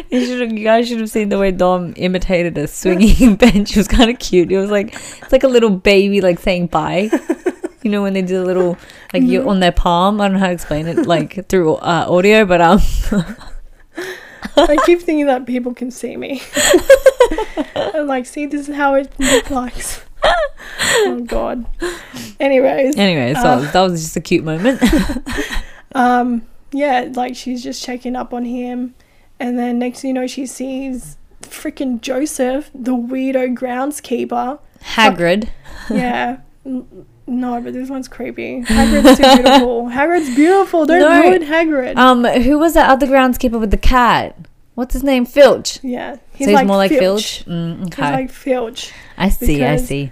Speaker 2: You, should, you guys should have seen the way Dom imitated a swinging bench. It was kind of cute. It was like it's like a little baby like saying bye. You know when they do a little like you're on their palm. I don't know how to explain it like through uh, audio, but um,
Speaker 1: I keep thinking that people can see me. I'm like, see, this is how it looks like. oh God. Anyways.
Speaker 2: anyway, so
Speaker 1: Uh.
Speaker 2: that was just a cute moment.
Speaker 1: Um, yeah, like she's just checking up on him. And then next thing you know, she sees freaking Joseph, the weirdo groundskeeper.
Speaker 2: Hagrid.
Speaker 1: Yeah. N- no, but this one's creepy. Hagrid's too beautiful. Hagrid's beautiful. Don't
Speaker 2: No.
Speaker 1: ruin Hagrid.
Speaker 2: Um, who was that other groundskeeper with the cat? What's his name? Filch.
Speaker 1: yeah.
Speaker 2: so he's more like Filch. Mm, okay,
Speaker 1: He's like Filch.
Speaker 2: I see. I
Speaker 1: because-
Speaker 2: see.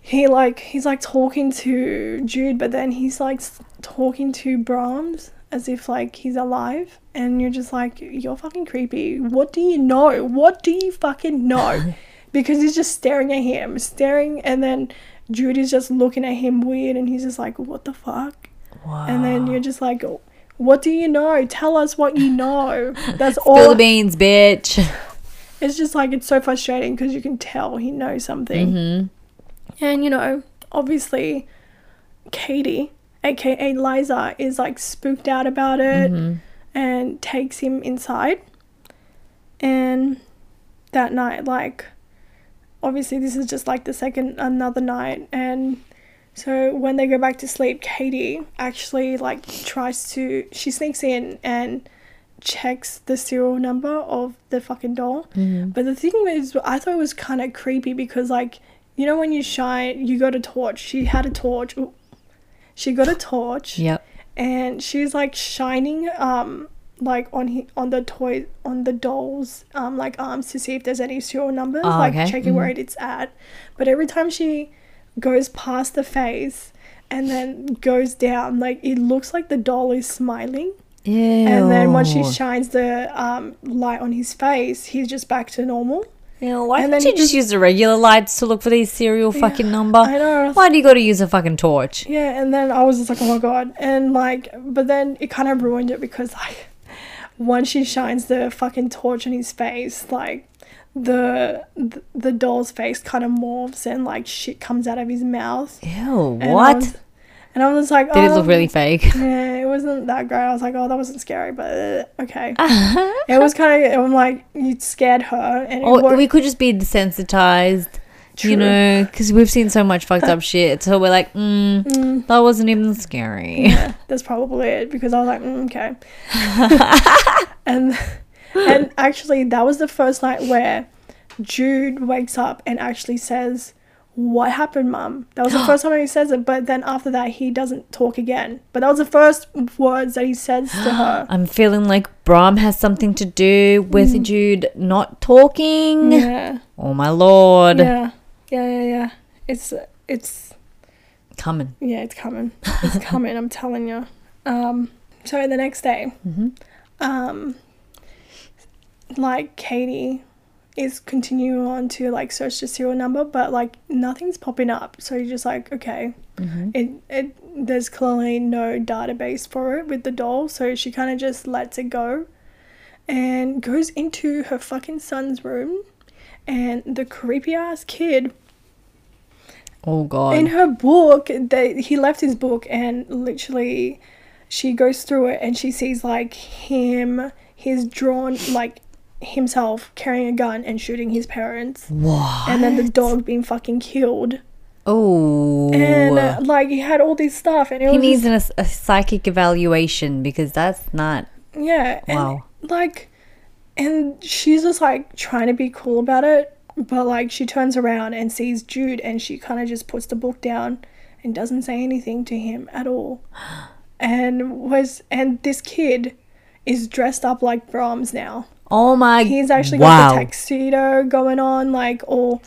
Speaker 1: He like he's like talking to Jude, but then he's like s- talking to Brahms as if like he's alive, and you're just like you're fucking creepy. What do you know? What do you fucking know? because he's just staring at him, staring, and then Jude is just looking at him weird, and he's just like, what the fuck?
Speaker 2: Wow.
Speaker 1: And then you're just like. What do you know? Tell us what you know. That's
Speaker 2: Spill
Speaker 1: all
Speaker 2: the beans, bitch.
Speaker 1: it's just like it's so frustrating because you can tell he knows something
Speaker 2: Mhm.
Speaker 1: and you know obviously katie aka liza is like spooked out about it and takes him inside and that night like obviously this is just like the second another night and so when they go back to sleep katie actually like tries to she sneaks in and checks the serial number of the fucking doll but the thing is i thought it was kind of creepy because like you know when you shine you got a torch she had a torch Ooh. she got a torch
Speaker 2: Yep.
Speaker 1: and she's like shining um like on he, on the toy on the doll's um like arms to see if there's any serial numbers
Speaker 2: Oh,
Speaker 1: like
Speaker 2: okay.
Speaker 1: checking where it's at but every time she goes past the face and then goes down like it looks like the doll is smiling
Speaker 2: Ew.
Speaker 1: and then when she shines the um light on his face he's just back to normal
Speaker 2: Ew, why
Speaker 1: and
Speaker 2: can't
Speaker 1: then-
Speaker 2: you just use the regular lights to look for these serial fucking number?
Speaker 1: I know.
Speaker 2: Uh, Why do you got to use a fucking torch?
Speaker 1: Yeah, and then I was just like, oh my god, and like, but then it kind of ruined it because like, once she shines the fucking torch on his face, like, the the, the doll's face kind of morphs and like shit comes out of his mouth.
Speaker 2: Ew.
Speaker 1: And I
Speaker 2: What?
Speaker 1: was- and I was just like,
Speaker 2: Did it
Speaker 1: oh,
Speaker 2: look really fake?
Speaker 1: Yeah, it wasn't that great. I was like, oh, that wasn't scary, but uh, okay. it was kind of. I'm like, you scared her, and it
Speaker 2: Or
Speaker 1: worked.
Speaker 2: we could just be desensitized,
Speaker 1: True.
Speaker 2: you know, because we've seen so much fucked up shit. So we're like, mm, that wasn't even scary.
Speaker 1: yeah, that's probably it because I was like, mm, okay. and and actually, that was the first night where Jude wakes up and actually says, "What happened, Mum?" That was the first time he says it. But then after that, he doesn't talk again. But that was the first words that he says to her.
Speaker 2: I'm feeling like Brahm has something to do with Jude not talking.
Speaker 1: Mm. yeah,
Speaker 2: Oh my lord.
Speaker 1: yeah, yeah, yeah, yeah. It's it's
Speaker 2: Coming.
Speaker 1: Yeah, it's coming. It's coming. I'm telling you. Um, so the next day, um, like Katie is continuing on to like search the serial number, but like nothing's popping up. So you're just like, okay, it it there's clearly no database for it with the doll. So she kind of just lets it go, and goes into her fucking son's room, and the creepy ass kid
Speaker 2: Oh god.
Speaker 1: in her book they, he left his book and literally she goes through it and she sees like him he's drawn like himself carrying a gun and shooting his parents
Speaker 2: what?
Speaker 1: and then the dog being fucking killed
Speaker 2: Oh.
Speaker 1: and uh, like he had all this stuff and it
Speaker 2: he
Speaker 1: was
Speaker 2: needs an, a, a psychic evaluation because that's not.
Speaker 1: Yeah. And,
Speaker 2: Wow.
Speaker 1: Like, and she's just like trying to be cool about it, but like she turns around and sees Jude and she kind of just puts the book down and doesn't say anything to him at all. And was, and this kid is dressed up like Brahms now.
Speaker 2: Oh my.
Speaker 1: He's actually
Speaker 2: wow.
Speaker 1: got the tuxedo going on, like, or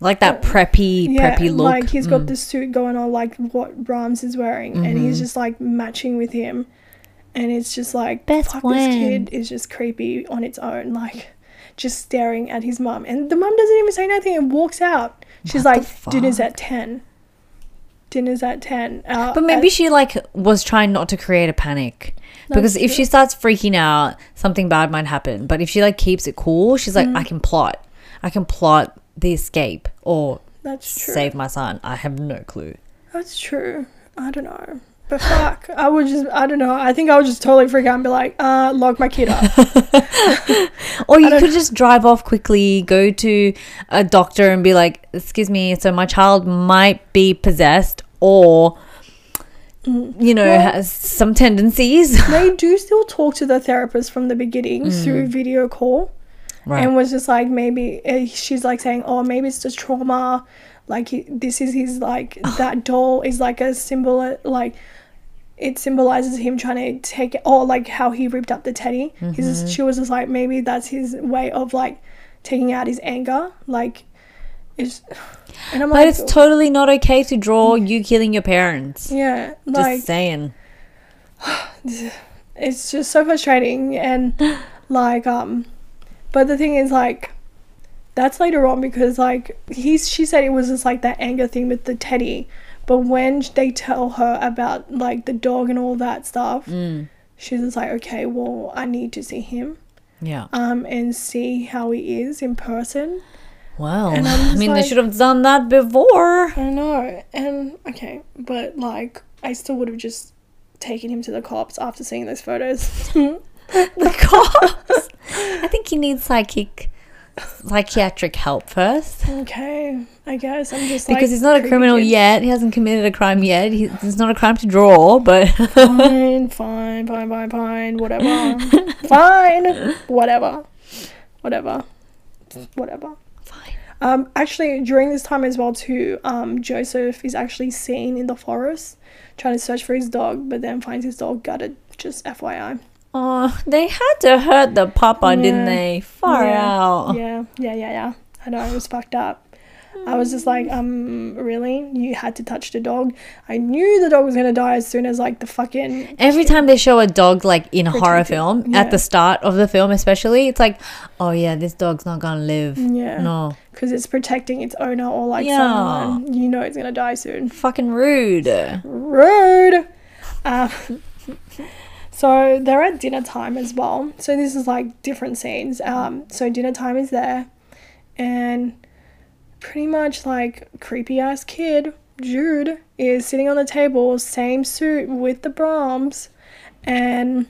Speaker 2: Like that preppy,
Speaker 1: yeah,
Speaker 2: preppy look. Mm.
Speaker 1: like he's got the suit going on, like what Brahms is wearing, and
Speaker 2: Mm-hmm.
Speaker 1: he's just like matching with him. And it's just like,
Speaker 2: Best
Speaker 1: fuck, this kid
Speaker 2: friend.
Speaker 1: is just creepy on its own, like just staring at his mum. And the mum doesn't even say nothing and walks out. She's
Speaker 2: What the
Speaker 1: like, dinner's at 10. Dinner's at 10. Uh,
Speaker 2: But maybe
Speaker 1: at-
Speaker 2: she like was trying not to create a panic. Because
Speaker 1: That's
Speaker 2: if she starts freaking out, something bad might happen. But if she like keeps it cool, she's
Speaker 1: Mm.
Speaker 2: like, I can plot. I can plot the escape or
Speaker 1: that's true.
Speaker 2: save my son. I have no clue.
Speaker 1: That's true. I don't know. But fuck, I would just, I don't know. I think I would just totally freak out and be like, uh, lock my kid up.
Speaker 2: Or you could just drive off quickly, go to a doctor and be like, Excuse me, so my child might be possessed or you know,
Speaker 1: Mm. Well-
Speaker 2: has some tendencies.
Speaker 1: They do still talk to the therapist from the beginning through video call.
Speaker 2: Mm. right.
Speaker 1: and was just like maybe uh, she's like saying oh maybe it's just trauma like he, this is his like that doll is like a symbol like it symbolizes him trying to take or like how he ripped up the teddy
Speaker 2: Mm-hmm.
Speaker 1: He's, she was just like maybe that's his way of like taking out his anger like it's and i'm
Speaker 2: but
Speaker 1: like
Speaker 2: it's totally not okay to draw you killing your parents.
Speaker 1: yeah
Speaker 2: Just
Speaker 1: like
Speaker 2: saying.
Speaker 1: it's just so frustrating and like um but the thing is like that's later on because like he's she said it was just like that anger thing with the teddy but when they tell her about like the dog and all that stuff she's just like okay well i need to see him
Speaker 2: Yeah.
Speaker 1: um and see how he is in person
Speaker 2: Well,
Speaker 1: and I'm
Speaker 2: I
Speaker 1: just
Speaker 2: mean,
Speaker 1: like-
Speaker 2: they should have done that before.
Speaker 1: i know and okay but like i still would have just taken him to the cops after seeing those photos
Speaker 2: The cops. I think he needs psychic, psychiatric help first
Speaker 1: okay i guess i'm just
Speaker 2: because
Speaker 1: like,
Speaker 2: he's not a
Speaker 1: creepy
Speaker 2: criminal
Speaker 1: kid.
Speaker 2: yet. He hasn't committed a crime yet. He, it's not a crime to draw, but
Speaker 1: fine, fine, fine, fine, fine, whatever. fine, whatever, whatever, whatever.
Speaker 2: Fine.
Speaker 1: Um, actually, during this time as well, too, um, Joseph is actually seen in the forest trying to search for his dog, but then finds his dog gutted. Just FYI.
Speaker 2: oh, they had to hurt the papa,
Speaker 1: Yeah.
Speaker 2: didn't they? Far
Speaker 1: Yeah.
Speaker 2: out.
Speaker 1: Yeah, yeah, yeah, yeah. I know it was fucked up. I was just like,
Speaker 2: Mm.
Speaker 1: um, really? You had to touch the dog? I knew the dog was gonna die as soon as like the fucking
Speaker 2: Every time they show a dog, like in a horror
Speaker 1: Protected,
Speaker 2: film,
Speaker 1: yeah.
Speaker 2: at the start of the film especially, it's like, oh yeah, this dog's not gonna live.
Speaker 1: yeah.
Speaker 2: No,
Speaker 1: because it's protecting its owner or like
Speaker 2: Yeah.
Speaker 1: someone you know it's gonna die soon.
Speaker 2: fucking rude.
Speaker 1: Rude. Um, so they're at dinner time as well. So this is like different scenes. Um, so dinner time is there, and pretty much like creepy ass kid Jude is sitting on the table, same suit with the Brahms, and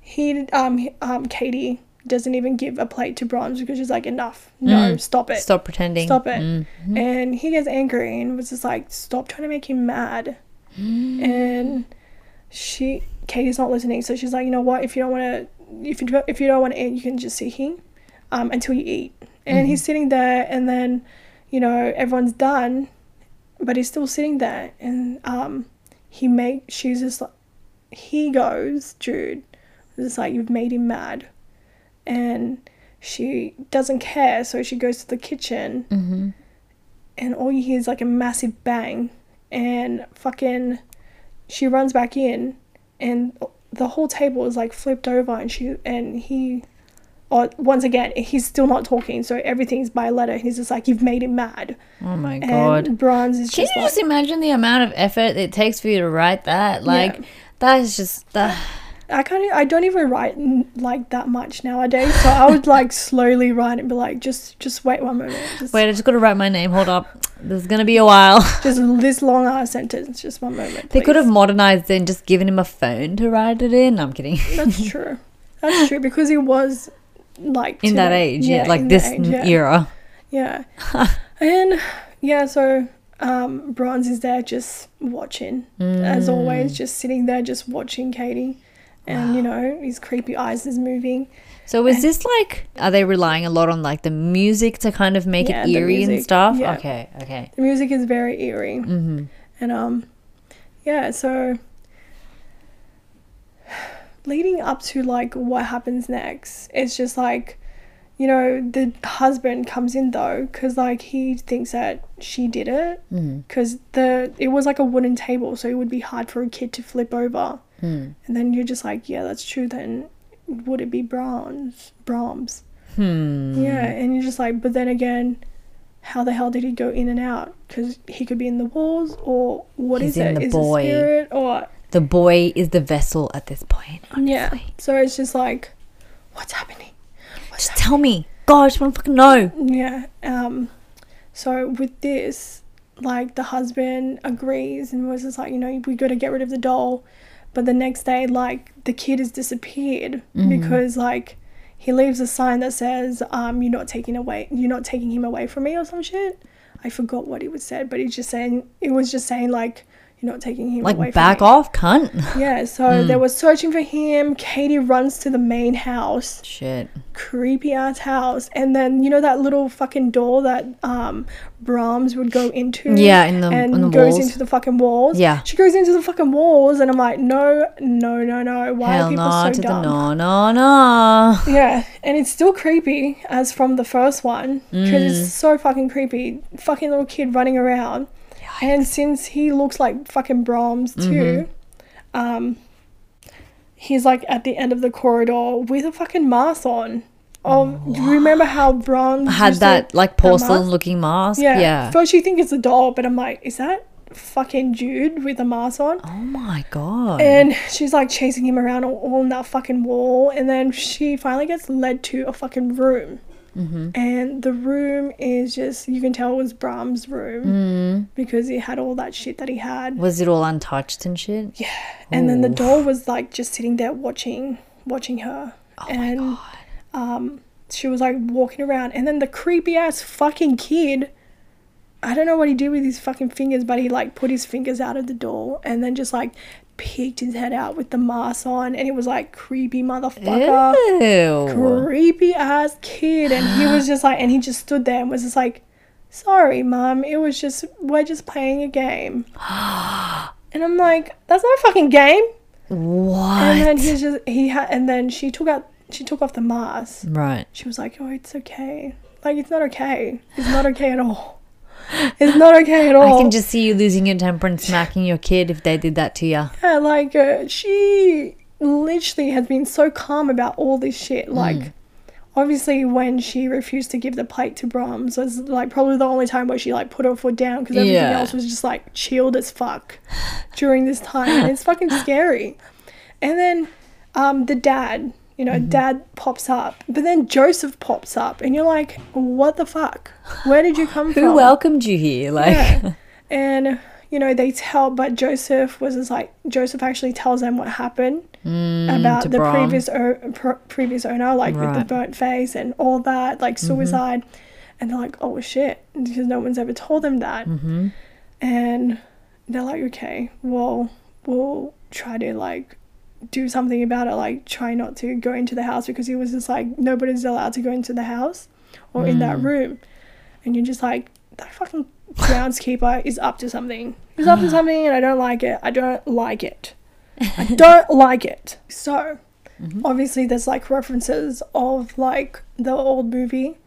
Speaker 1: he um he- um Katie doesn't even give a plate to Brahms because she's like enough, no, stop it,
Speaker 2: Stop pretending.
Speaker 1: Stop it.
Speaker 2: Mm.
Speaker 1: and he gets angry and was just like, stop trying to make him mad. And she, Katie's not listening, so she's like, you know what? If you don't want to, if you do- if you don't want to eat, you can just sit here um, until you eat. And he's sitting there, and then, you know, everyone's done, but he's still sitting there, and um, he make she's just like, he goes, Jude, it's like you've made him mad, and she doesn't care, so she goes to the kitchen and all you hear is like a massive bang and fucking she runs back in and the whole table is like flipped over and she and he or once again he's still not talking so everything's by letter he's just like you've made him mad
Speaker 2: Oh my god.
Speaker 1: and bronze is
Speaker 2: Can
Speaker 1: just
Speaker 2: you
Speaker 1: like
Speaker 2: just imagine the amount of effort it takes for you to write that? Like that is just that.
Speaker 1: i kind of i don't even write mm, like that much nowadays so i would like slowly write and be like just just wait one moment just,
Speaker 2: Wait, I just got to write my name. Hold up, there's gonna be a while.
Speaker 1: just this long ass sentence just one moment
Speaker 2: They could
Speaker 1: please.
Speaker 2: have modernized it and just given him a phone to write it in. No, I'm kidding.
Speaker 1: That's true. That's true because he was like
Speaker 2: In
Speaker 1: to
Speaker 2: that
Speaker 1: the-
Speaker 2: age, yeah,
Speaker 1: in
Speaker 2: like
Speaker 1: that
Speaker 2: this
Speaker 1: age, yeah.
Speaker 2: era.
Speaker 1: Yeah, and yeah, so um, Bronze is there just watching, as
Speaker 2: Mm.
Speaker 1: always, just sitting there just watching Katie, and
Speaker 2: Ah.
Speaker 1: you know his creepy eyes is moving.
Speaker 2: So is this like? Are they relying a lot on like the music to kind of make
Speaker 1: Yeah,
Speaker 2: it
Speaker 1: the
Speaker 2: eerie and
Speaker 1: music,
Speaker 2: stuff?
Speaker 1: yeah.
Speaker 2: Okay, okay.
Speaker 1: The music is very eerie,
Speaker 2: Mm-hmm.
Speaker 1: and um, yeah, so. Leading up to like what happens next, it's just like you know the husband comes in though because like he thinks that she did it
Speaker 2: Hmm.
Speaker 1: because the it was like a wooden table so it would be hard for a kid to flip over
Speaker 2: Hmm.
Speaker 1: and then you're just like yeah that's true then would it be brahms brahms hmm. yeah and you're just like but then again how the hell did he go in and out because he could be in the walls or what
Speaker 2: He's
Speaker 1: is
Speaker 2: in
Speaker 1: it?
Speaker 2: the
Speaker 1: Is
Speaker 2: boy.
Speaker 1: it spirit or
Speaker 2: The boy is the vessel at this point.
Speaker 1: yeah so it's just like what's happening
Speaker 2: Just tell me. God, I just want to fucking know.
Speaker 1: Yeah. Um, so with this, like the husband agrees and was just like, you know, we got to get rid of the doll. But the next day, like the kid has disappeared because like he leaves a sign that says, um, you're not taking away, you're not taking him away from me or some shit. I forgot what it was said, but it just saying it was just saying like Mm. You're not taking him away
Speaker 2: Like,
Speaker 1: from
Speaker 2: back
Speaker 1: me."
Speaker 2: off, cunt.
Speaker 1: Yeah, so they were searching for him. Katie runs to the main house,
Speaker 2: Shit.
Speaker 1: creepy ass house, and then you know that little fucking door that um Brahms would go into.
Speaker 2: Yeah, in the-
Speaker 1: and
Speaker 2: on the
Speaker 1: goes
Speaker 2: walls.
Speaker 1: into the fucking walls.
Speaker 2: Yeah.
Speaker 1: she goes into the fucking walls, and I'm like, no, no, no, no. Why are
Speaker 2: Hell
Speaker 1: people
Speaker 2: no
Speaker 1: so
Speaker 2: to
Speaker 1: dumb?
Speaker 2: the no, no, no.
Speaker 1: Yeah, and it's still creepy as from the first one because
Speaker 2: Mm.
Speaker 1: it's so fucking creepy. Fucking little kid running around, and since he looks like fucking Brahms too,
Speaker 2: Mm-hmm.
Speaker 1: um, he's like at the end of the corridor with a fucking mask on. Oh, you remember how Brahms
Speaker 2: Had
Speaker 1: used to-
Speaker 2: that, like, porcelain
Speaker 1: mask?
Speaker 2: looking mask.
Speaker 1: Yeah.
Speaker 2: Yeah.
Speaker 1: First you think it's a doll, but I'm like, is that fucking Jude with a mask on?
Speaker 2: Oh my god.
Speaker 1: And she's like chasing him around all, all on that fucking wall. And then she finally gets led to a fucking room. And the room is just, you can tell it was Brahms' room because he had all that shit that he had.
Speaker 2: was it all untouched and shit? Yeah.
Speaker 1: And then the
Speaker 2: Oof.
Speaker 1: doll was like just sitting there watching, watching her.
Speaker 2: Oh
Speaker 1: and um, she was like walking around. And then the creepy ass fucking kid. I don't know what he did with his fucking fingers, but he like put his fingers out of the door and then just like peeked his head out with the mask on, and it was like creepy motherfucker,
Speaker 2: Ew.
Speaker 1: creepy ass kid, and he was just like, and he just stood there and was just like, "Sorry, mom, it was just we're just playing a game," and I'm like, "That's not a fucking game." And
Speaker 2: What?
Speaker 1: then he's just he had, and then she took out she took off the mask.
Speaker 2: Right.
Speaker 1: She was like, "Oh, it's okay. Like it's not okay. It's not okay at all." It's not okay at all.
Speaker 2: I can just see you losing your temper and smacking your kid if they did that to you.
Speaker 1: Yeah, like uh, she literally has been so calm about all this shit.
Speaker 2: Mm.
Speaker 1: Like, obviously, when she refused to give the plate to Brahms was like probably the only time where she like put her foot down because everything
Speaker 2: Yeah.
Speaker 1: else was just like chilled as fuck during this time, and it's fucking scary. And then um, the dad, you
Speaker 2: Mm-hmm.
Speaker 1: know, dad pops up, but then Joseph pops up, and you're like, what the fuck? Where did you come
Speaker 2: Who
Speaker 1: from?
Speaker 2: welcomed you here? Like,
Speaker 1: Yeah. and you know they tell but joseph was just like joseph actually tells them what happened about
Speaker 2: Mm, to
Speaker 1: the
Speaker 2: Brom.
Speaker 1: previous o- pr- previous owner like with the
Speaker 2: Right. Mm-hmm.
Speaker 1: burnt face and all that like suicide and they're like oh shit because no one's ever told them that
Speaker 2: Mm-hmm.
Speaker 1: and they're like okay well we'll try to like do something about it like try not to go into the house because he was just like nobody's allowed to go into the house or in
Speaker 2: Mm.
Speaker 1: that room and you're just like that fucking groundskeeper is up to something he's up to something and i don't like it i don't like it i don't like it so
Speaker 2: Mm-hmm.
Speaker 1: obviously there's like references of like the old movie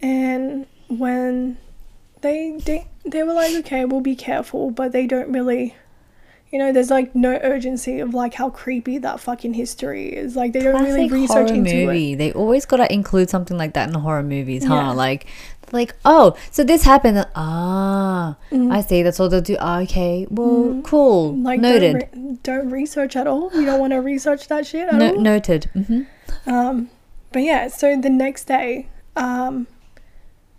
Speaker 1: and when they they, they were like okay we'll be careful but they don't really you know there's like no urgency of like how creepy that fucking history is like they don't really
Speaker 2: classic
Speaker 1: research
Speaker 2: horror
Speaker 1: into it
Speaker 2: movie. They always got to include something like that in horror movies, huh?
Speaker 1: Yeah.
Speaker 2: Like, like oh, so this happened. Ah, I see. That's all they'll do. Ah, okay, well, cool.
Speaker 1: Mm-hmm. like
Speaker 2: noted.
Speaker 1: Don't, re- don't research at all you don't want to research that shit at
Speaker 2: No,
Speaker 1: all
Speaker 2: noted. hmm
Speaker 1: Um, but yeah, so the next day, um,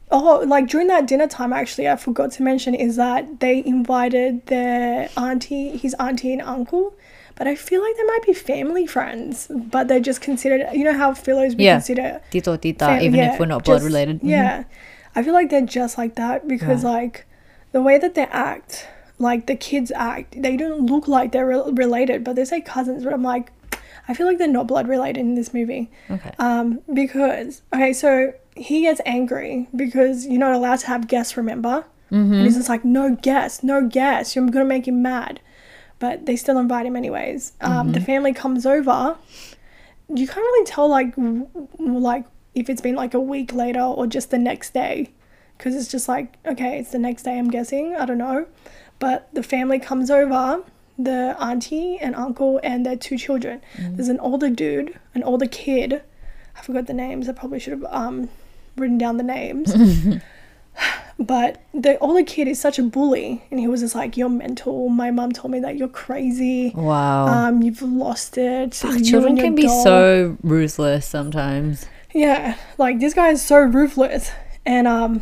Speaker 1: oh, like during that dinner time, actually, I forgot to mention is that they invited their auntie, his auntie and uncle, but I feel like they might be family friends, but they're just considered, you know, how fellows we
Speaker 2: Yeah.
Speaker 1: consider
Speaker 2: Tito, or tita,
Speaker 1: fam-
Speaker 2: even
Speaker 1: yeah,
Speaker 2: if we're not blood
Speaker 1: just-
Speaker 2: related. Mhm.
Speaker 1: Yeah. I feel like they're just like that because, like, the way that they act, like the kids act, they don't look like they're re- related, but they say cousins. But I'm like, I feel like they're not blood related in this movie.
Speaker 2: Okay.
Speaker 1: Um, because okay, so he gets angry because you're not allowed to have guests. Remember, and he's just like, no guests, no guests. You're gonna make him mad, but they still invite him anyways. Um, The family comes over. You can't really tell like w- w- like if it's been like a week later or just the next day, because it's just like okay, it's the next day. I'm guessing. I don't know, but the family comes over. The auntie and uncle and their two children.
Speaker 2: Mm-hmm.
Speaker 1: There's an older dude, an older kid, I forgot the names. I probably should have um, written down the names. but the older kid is such a bully, and he was just like, "You're mental. My mum told me that you're crazy.
Speaker 2: Wow.
Speaker 1: Um, you've lost it. You and
Speaker 2: Oh. Children
Speaker 1: your
Speaker 2: can be
Speaker 1: doll."
Speaker 2: so ruthless sometimes.
Speaker 1: Yeah, like this guy is so ruthless, and um,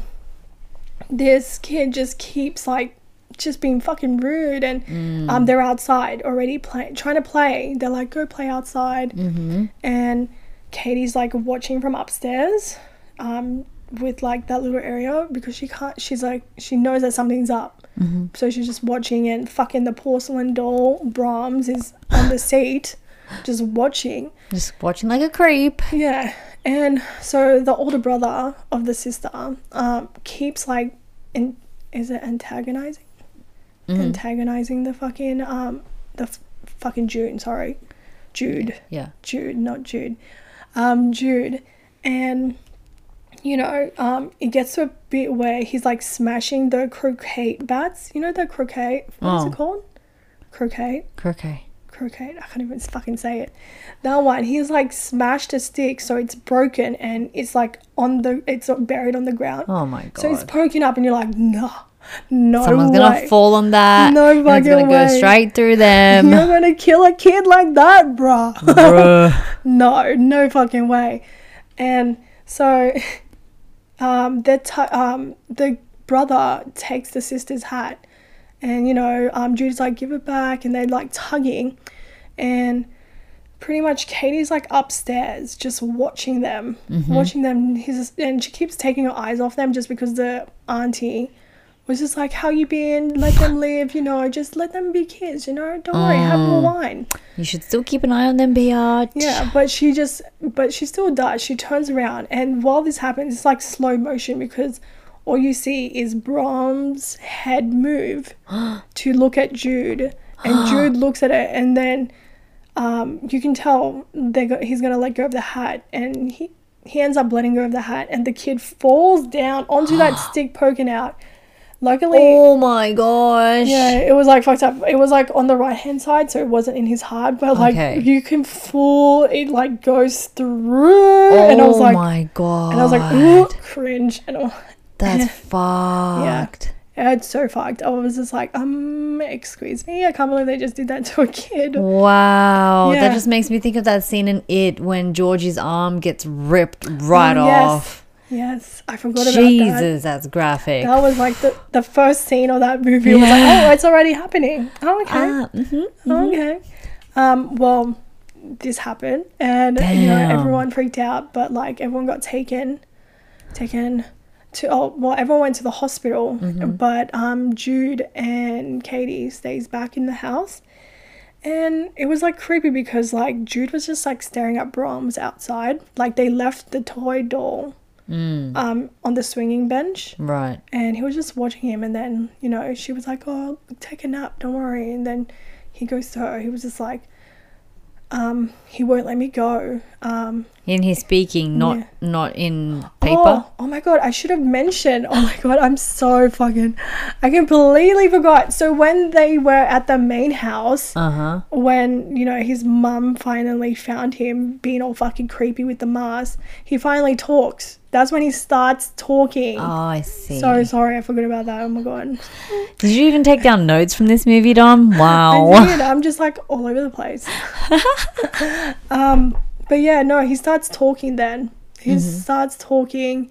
Speaker 1: this kid just keeps like just being fucking rude, and um, they're outside already playing, trying to play. They're like, go play outside, mm-hmm. and Katie's like watching from upstairs, um, with like that little area because she can't. She's like, she knows that something's up. So she's just watching, and fucking the porcelain doll Brahms is on the seat, just watching.
Speaker 2: Just watching like a creep.
Speaker 1: Yeah. And so the older brother of the sister um, keeps like, in, is it antagonizing? Antagonizing the fucking, um, the f- fucking June, sorry. Jude.
Speaker 2: Yeah.
Speaker 1: Jude, not Jude, um, Jude, and you know, um, it gets to a bit where he's like smashing the croquet bats. You know the croquet. What's
Speaker 2: Oh.
Speaker 1: it called? Croquet,
Speaker 2: Croquet.
Speaker 1: croquet. I can't even fucking say it. That one. He's like smashed a stick, so it's broken and it's like on the. It's buried on the ground.
Speaker 2: Oh my god.
Speaker 1: So it's poking up, and you're like, no, no
Speaker 2: Someone's
Speaker 1: way.
Speaker 2: gonna fall on that.
Speaker 1: No
Speaker 2: and It's gonna
Speaker 1: fucking
Speaker 2: go
Speaker 1: way.
Speaker 2: straight through them.
Speaker 1: You're gonna kill a kid like that, bruh.
Speaker 2: Bruh.
Speaker 1: no, no fucking way. And so, um, the t- um, the brother takes the sister's hat, and you know, um, Jude's like, give it back, and they're like tugging, and pretty much Katie's like upstairs just watching them, watching them. His and she keeps taking her eyes off them just because the auntie. Was just like, how you been? Let them live, you know. Just let them be kids, you know. Don't worry, have more wine.
Speaker 2: You should still keep an eye on them, Biatch.
Speaker 1: Yeah, but she just, but she still does. She turns around, and while this happens, it's like slow motion because all you see is Brahm's head move to look at Jude, and Jude looks at it, and then um, you can tell they go, he's gonna let go of the hat, and he he ends up letting go of the hat, and the kid falls down onto that stick poking out. Luckily,
Speaker 2: Oh my gosh.
Speaker 1: yeah, it was like fucked up. It was like on the right hand side, so it wasn't in his heart, but like
Speaker 2: Okay.
Speaker 1: you can full it like goes through,
Speaker 2: Oh
Speaker 1: and I was like,
Speaker 2: my god.
Speaker 1: and I was like, ooh, cringe, and I-
Speaker 2: That's fucked.
Speaker 1: it's so fucked. I was just like, um, excuse me, I can't believe they just did that to a kid.
Speaker 2: Wow. That
Speaker 1: Yeah.
Speaker 2: just makes me think of that scene in It when Georgie's arm gets ripped right
Speaker 1: Oh, yes.
Speaker 2: off.
Speaker 1: Yes, I forgot about that.
Speaker 2: Jesus, that's graphic.
Speaker 1: That was like the, the first scene of that movie. It was like,
Speaker 2: Yeah.
Speaker 1: oh, it's already happening. Oh, okay.
Speaker 2: Ah, mhm.
Speaker 1: Okay. Um, well, this happened, and you know
Speaker 2: Damn.
Speaker 1: everyone freaked out, but like everyone got taken, taken to oh well, everyone went to the hospital, but um, Jude and Katie stays back in the house, and it was like creepy because like Jude was just like staring at Brahms outside, like they left the toy doll. Um, on the swinging bench,
Speaker 2: Right.
Speaker 1: and he was just watching him and then you know she was like oh take a nap don't worry and then he goes to her he was just like um he won't let me go um
Speaker 2: In his speaking, not
Speaker 1: Yeah.
Speaker 2: not in paper.
Speaker 1: oh, oh my god i should have mentioned oh my god i'm so fucking i completely forgot so when they were at the main house
Speaker 2: Uh huh.
Speaker 1: when you know his mum finally found him being all fucking creepy with the mask he finally talks that's when he starts talking
Speaker 2: Oh, I see.
Speaker 1: so sorry i forgot about that oh my god
Speaker 2: Did you even take down notes from this movie, Dom?
Speaker 1: I
Speaker 2: Wow.
Speaker 1: did. I'm just like all over the place. um, but yeah, no, he starts talking then. He starts talking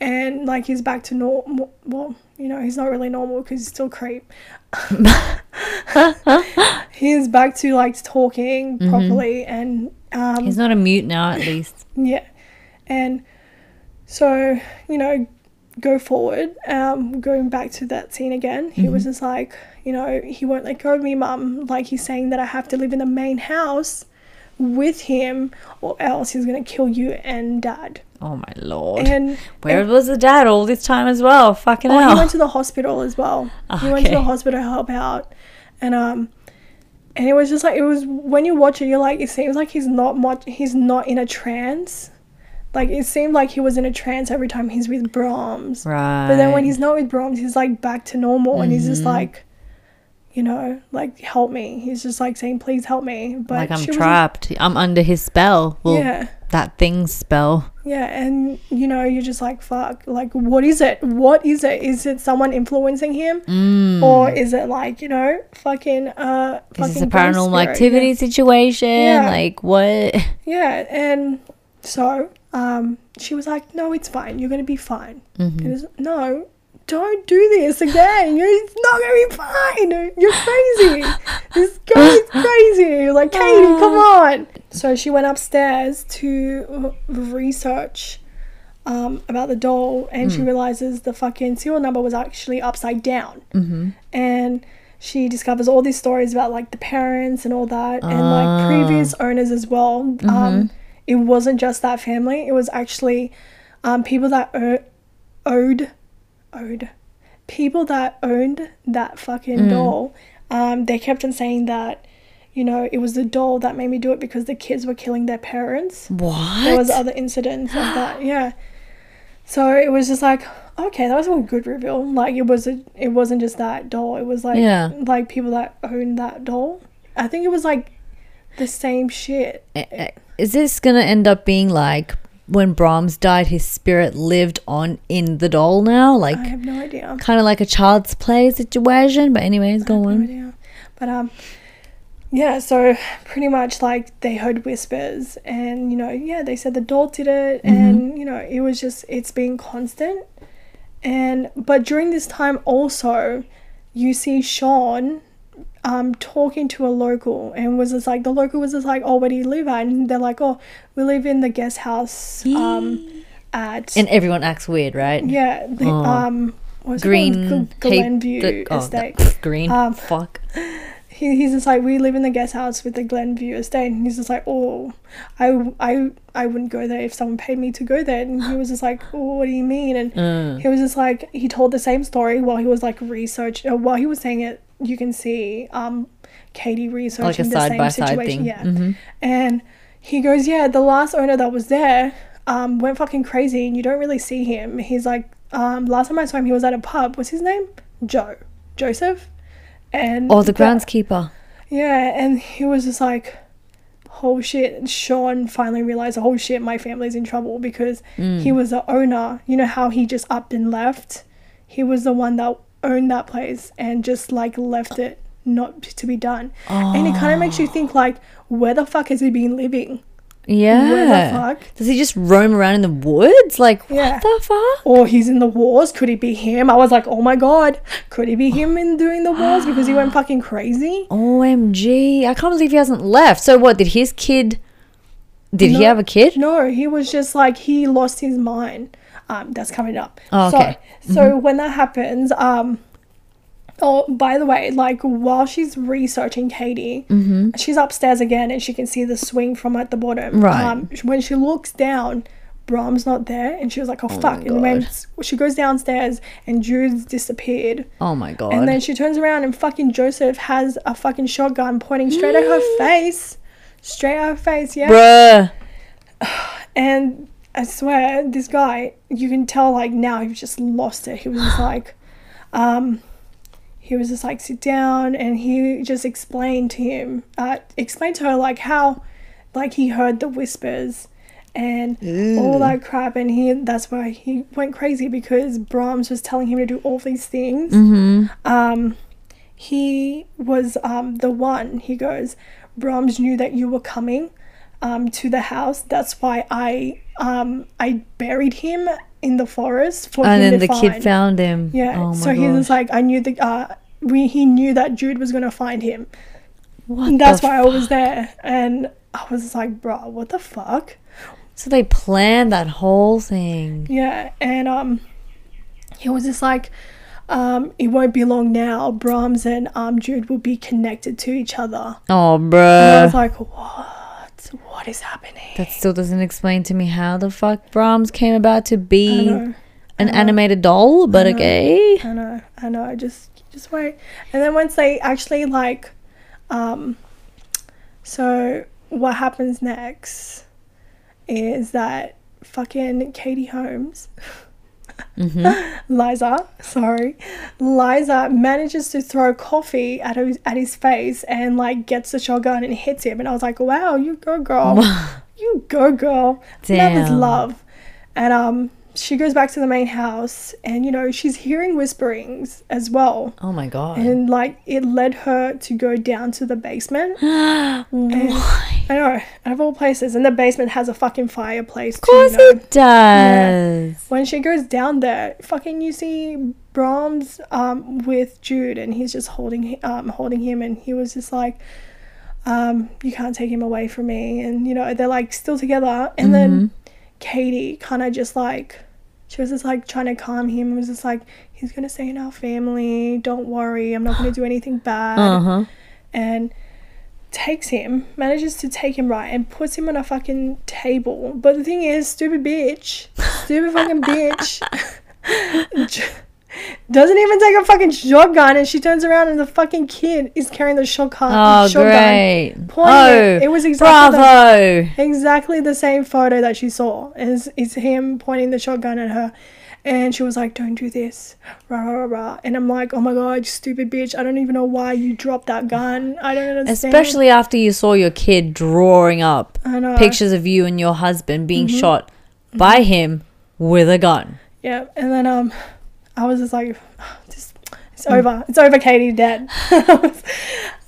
Speaker 1: and like he's back to normal. Well, you know, he's not really normal because he's still creep. he's back to like talking properly and um,
Speaker 2: He's not a mute now, at least.
Speaker 1: yeah. And so, you know, go forward, um, going back to that scene again, he was just like, you know, he won't let go of me, mum. Like, he's saying that I have to live in the main house with him or else he's going to kill you and dad.
Speaker 2: Oh my lord.
Speaker 1: And
Speaker 2: Where was the dad all this time as well? Fucking
Speaker 1: Oh, he
Speaker 2: hell.
Speaker 1: went to the hospital as well. He went to the
Speaker 2: Ah, Okay.
Speaker 1: hospital to help out, and um, and it was just like it was when you watch it, you're like, it seems like he's not much. He's not in a trance. Like it seemed like he was in a trance every time he's with Brahms.
Speaker 2: right. Mm-hmm.
Speaker 1: But then when he's not with Brahms, he's like back to normal, and he's just like, you know, like help me. He's just like saying, please help me. But
Speaker 2: like I'm
Speaker 1: she was just-
Speaker 2: trapped. I'm under his spell. Well,
Speaker 1: Yeah.
Speaker 2: that thing's spell.
Speaker 1: Yeah, and you know, you're just like, fuck, like, what is it? What is it? Is it someone influencing him? Or is it like, you know, fucking, uh,
Speaker 2: Mm. Is
Speaker 1: fucking
Speaker 2: this a
Speaker 1: ghost
Speaker 2: paranormal
Speaker 1: spirit?
Speaker 2: activity situation?
Speaker 1: Yeah.
Speaker 2: Like what?
Speaker 1: Yeah, and so, um, she was like, no, it's fine. You're going to be fine. And it's, no, don't do this again. You're it's not going to be fine. You're crazy. this girl is crazy. Like, Katie, come on. So she went upstairs to research um, about the doll, and she realizes the fucking serial number was actually upside down. Mm-hmm. And she discovers all these stories about like the parents and all that, and like previous owners as well. Um, it wasn't just that family; it was actually um, people that o- owed, owed, people that owned that fucking doll. Um, they kept on saying that, you know, it was the doll that made me do it because the kids were killing their parents
Speaker 2: What?
Speaker 1: there was other incidents of that yeah so it was just like okay that was a good reveal like it was a, it wasn't just that doll it was like
Speaker 2: Yeah.
Speaker 1: like people that owned that doll i think it was like the same shit
Speaker 2: Eh, eh, Is this gonna end up being like when Brahms died, his spirit lived on in the doll now, like
Speaker 1: i have no idea
Speaker 2: kind of like a child's play situation? But anyways, go
Speaker 1: no
Speaker 2: on.
Speaker 1: idea but um yeah so pretty much like they heard whispers and you know yeah they said the doll did it
Speaker 2: Mm-hmm.
Speaker 1: and you know it was just it's been constant and but during this time also you see sean um talking to a local and was just like the local was just like oh where do you live at and they're like oh we live in the guest house um at
Speaker 2: And everyone acts weird, right?
Speaker 1: yeah the, um what's it called?
Speaker 2: Oh. Green,
Speaker 1: Gl-
Speaker 2: hate
Speaker 1: Glenview
Speaker 2: the- oh,
Speaker 1: estate
Speaker 2: the- green,
Speaker 1: Um,
Speaker 2: fuck.
Speaker 1: he, he's just like we live in the guest house with the Glenview estate and he's just like oh I, I I wouldn't go there if someone paid me to go there and he was just like oh what do you mean and
Speaker 2: Mm.
Speaker 1: he was just like he told the same story while he was like research uh, while he was saying it you can see um Katie researching the same
Speaker 2: side-by-side
Speaker 1: situation
Speaker 2: thing. Mm-hmm.
Speaker 1: yeah and he goes yeah the last owner that was there um went fucking crazy and you don't really see him he's like um last time I saw him he was at a pub what's his name Joe Joseph and
Speaker 2: Or Oh, the groundskeeper.
Speaker 1: yeah, and he was just like, "Oh shit!" And Sean finally realized, "Oh shit, my family's in trouble because he was the owner. You know how he just upped and left. He was the one that owned that place and just like left it not to be done. And it kind of makes you think like, where the fuck has he been living?
Speaker 2: Yeah.
Speaker 1: fuck?
Speaker 2: Does he just roam around in the woods? Like,
Speaker 1: Yeah.
Speaker 2: what the fuck?
Speaker 1: Or he's in the wars? Could it be him? I was like, oh my god, could it be him in doing the wars because he went fucking crazy?
Speaker 2: OMG. I can't believe he hasn't left. So, what? Did his kid. Did he
Speaker 1: No.
Speaker 2: have a kid?
Speaker 1: No, he was just like he lost his mind. Um, that's coming up.
Speaker 2: Oh, okay.
Speaker 1: So, so when that happens, um, oh, by the way, like while she's researching Katie,
Speaker 2: Mm-hmm.
Speaker 1: she's upstairs again, and she can see the swing from at the bottom.
Speaker 2: Right.
Speaker 1: Um, when she looks down. Brahm's not there, and she was like, "Oh fuck!" And when s- she goes downstairs, and Jude's disappeared,
Speaker 2: Oh my god.
Speaker 1: and then she turns around and fucking Joseph has a fucking shotgun pointing straight at her face, straight at her face. Yeah.
Speaker 2: Bruh.
Speaker 1: And I swear, this guy, you can tell like now he's just lost it. He was just like, um, he was just like, sit down, and he just explained to him, uh, explained to her like how, like he heard the whispers. And all that crap, and he that's why he went crazy because Brahms was telling him to do all these things.
Speaker 2: Mm-hmm.
Speaker 1: Um, he was um, the one, he goes, Brahms knew that you were coming um, to the house. That's why I um, I buried him in the forest for
Speaker 2: And
Speaker 1: him
Speaker 2: then
Speaker 1: to
Speaker 2: the
Speaker 1: find.
Speaker 2: kid found him.
Speaker 1: yeah,
Speaker 2: Oh my
Speaker 1: so
Speaker 2: god.
Speaker 1: he was like, I knew the uh, we he knew that Jude was gonna find him.
Speaker 2: what
Speaker 1: That's
Speaker 2: the
Speaker 1: why I was there, and I was just like, bro, what the fuck?
Speaker 2: So they planned that whole thing.
Speaker 1: Yeah, and um, he was just like, um, it won't be long now. Brahms and um, Jude will be connected to each other.
Speaker 2: Oh,
Speaker 1: And I was
Speaker 2: bruh.
Speaker 1: like, what? What is happening?
Speaker 2: That still doesn't explain to me how the fuck Brahms came about to
Speaker 1: I
Speaker 2: be
Speaker 1: know,
Speaker 2: an animated doll, but okay.
Speaker 1: I know, I know. Just, just wait. And then once they actually like, um, so what happens next is that fucking Katie Holmes. Liza, sorry, Liza manages to throw coffee at his, at his face and like gets the shotgun and hits him. And I was like, wow, you go girl, you go girl. Mother's
Speaker 2: Damn.
Speaker 1: love. And um, she goes back to the main house, and you know she's hearing whisperings as well.
Speaker 2: Oh my god.
Speaker 1: And like it led her to go down to the basement.
Speaker 2: Why?
Speaker 1: I know, out of all places, and the basement has a fucking fireplace. Of
Speaker 2: Of course it does.
Speaker 1: when she goes down there, fucking you see Brahms um, with Jude, and he's just holding hi- um, holding him, and he was just like,
Speaker 2: Mm-hmm.
Speaker 1: um, "You can't take him away from me," and you know they're like still together, and then Katie kind of just like she was just like trying to calm him and was just like he's gonna stay in our family don't worry i'm not gonna do anything bad
Speaker 2: Uh-huh.
Speaker 1: and takes him manages to take him right and puts him on a fucking table but the thing is stupid bitch stupid fucking bitch doesn't even take a fucking shotgun and she turns around and the fucking kid is carrying the shotgun
Speaker 2: Oh,
Speaker 1: shotgun.
Speaker 2: great.
Speaker 1: Pointing
Speaker 2: Oh,
Speaker 1: it. It was exactly the-
Speaker 2: bravo.
Speaker 1: exactly the same photo that she saw is is him pointing the shotgun at her and she was like don't do this rah rah rah, rah. and i'm like oh my god you stupid bitch i don't even know why you dropped that gun i don't understand
Speaker 2: Especially after you saw your kid drawing up
Speaker 1: I know. Mm-hmm.
Speaker 2: pictures of you and your husband being shot by him with a gun.
Speaker 1: yeah and then um i was just like just it's over it's over katie dad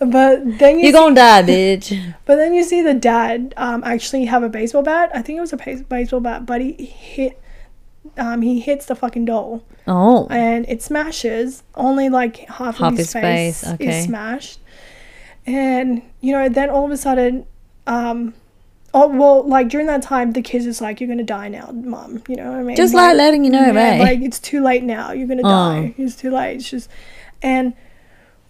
Speaker 1: but then you
Speaker 2: You're gonna die, bitch.
Speaker 1: But then you see the dad um, actually have a baseball bat. I think it was a base- baseball bat, but he hit. Um, he hits the fucking doll
Speaker 2: Oh,
Speaker 1: and it smashes. Only like half,
Speaker 2: Half
Speaker 1: of his,
Speaker 2: his
Speaker 1: face,
Speaker 2: face, okay.
Speaker 1: is smashed. And you know, then all of a sudden, um, oh well, like during that time, the kids is like, "You're gonna die now, mom." You know what I mean?
Speaker 2: just
Speaker 1: Like-
Speaker 2: like letting you know, Oh.
Speaker 1: yeah,
Speaker 2: mate.
Speaker 1: Like it's too late now. You're gonna die. It's too late. It's just and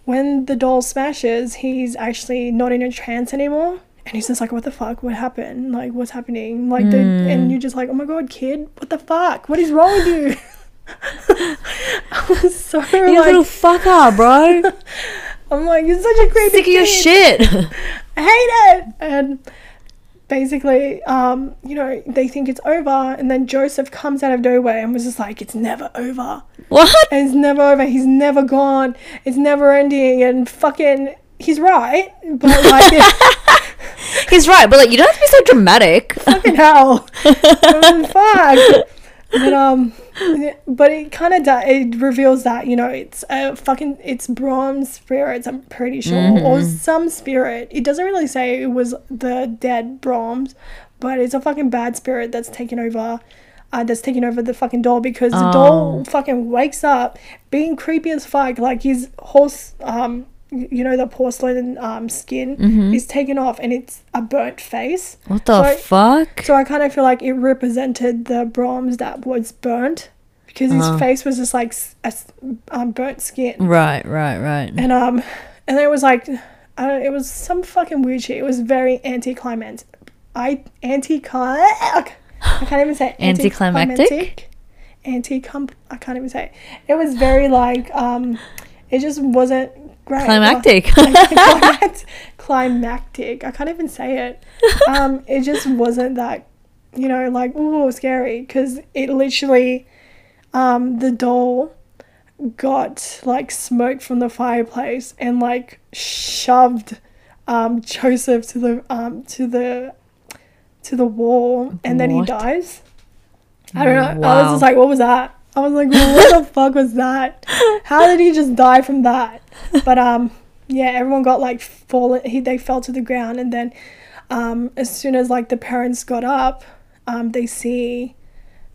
Speaker 1: when the doll smashes, he's actually not in a trance anymore. And he's just like, What the fuck? What happened? Like what's happening? Like the
Speaker 2: Hmm.
Speaker 1: and you're just like, Oh my god, kid, what the fuck? What is wrong with you? I was so
Speaker 2: you
Speaker 1: like
Speaker 2: little fucker, bro.
Speaker 1: I'm like, You're such a creepy
Speaker 2: Sick of your
Speaker 1: kid."
Speaker 2: shit.
Speaker 1: I hate it. And basically, um, you know, they think it's over. And then Joseph comes out of nowhere and was just like, it's never over.
Speaker 2: what?
Speaker 1: And it's never over. He's never gone. It's never ending. And fucking, he's right. But like,
Speaker 2: He's right, but like you don't have to be so dramatic.
Speaker 1: fucking hell. Um, fuck. But um, but it kind of di- it reveals that you know it's a fucking it's Brahm's spirits. I'm pretty sure, or
Speaker 2: Mm-hmm.
Speaker 1: some spirit. It doesn't really say it was the dead Brahms, but it's a fucking bad spirit that's taken over. Uh, that's taking over the fucking doll because the
Speaker 2: Oh.
Speaker 1: doll fucking wakes up being creepy as fuck. Like his horse, um, y- you know, the porcelain um, skin is taken off and it's a burnt face.
Speaker 2: Mm-hmm. What the
Speaker 1: So-
Speaker 2: fuck?
Speaker 1: so I kind of feel like it represented the Brahms that was burnt because his
Speaker 2: Uh.
Speaker 1: face was just like s- a s- um, burnt skin.
Speaker 2: Right, right, right.
Speaker 1: And um, and it was like, I don't, it was some fucking weird shit. It was very anticlimactic. I anticlim. I can't even say
Speaker 2: Anticlimactic?
Speaker 1: Anticom. I can't even say. It. it was very like um, it just wasn't great.
Speaker 2: Climactic.
Speaker 1: Climact- climactic. I can't even say it. Um, it just wasn't that, you know, like ooh scary because it literally, um, the doll got like smoke from the fireplace and like shoved, um, Joseph to the um to the, to the wall and then he
Speaker 2: What?
Speaker 1: dies. I don't know. I was
Speaker 2: Wow.
Speaker 1: just like, what was that? I was like, what the fuck was that? How did he just die from that? But um, yeah, everyone got like fallen. He they fell to the ground, and then um, as soon as like the parents got up, um, they see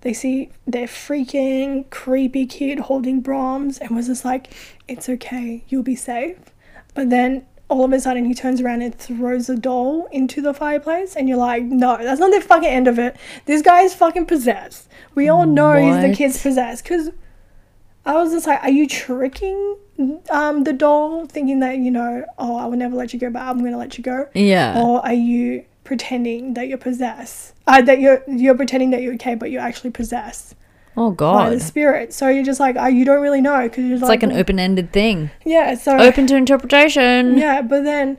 Speaker 1: they see their freaking creepy kid holding Brahms, and was just like, it's okay, you'll be safe. But then all of a sudden he turns around and throws the doll into the fireplace and you're like, no, that's not the fucking end of it. This guy is fucking possessed. We all know he's the
Speaker 2: What?
Speaker 1: kid's possessed. Cause I was just like, are you tricking um, the doll, thinking that you know, oh, I will never let you go, but I'm gonna let you go?
Speaker 2: Yeah.
Speaker 1: Or are you pretending that you're possessed? Uh, that you're you're pretending that you're okay, but you're actually possessed
Speaker 2: Oh
Speaker 1: by
Speaker 2: god.
Speaker 1: the
Speaker 2: It's
Speaker 1: spirit. So you're just like, oh, you don't really know because you're
Speaker 2: like an open-ended thing.
Speaker 1: yeah. So
Speaker 2: Open to interpretation.
Speaker 1: yeah, but then,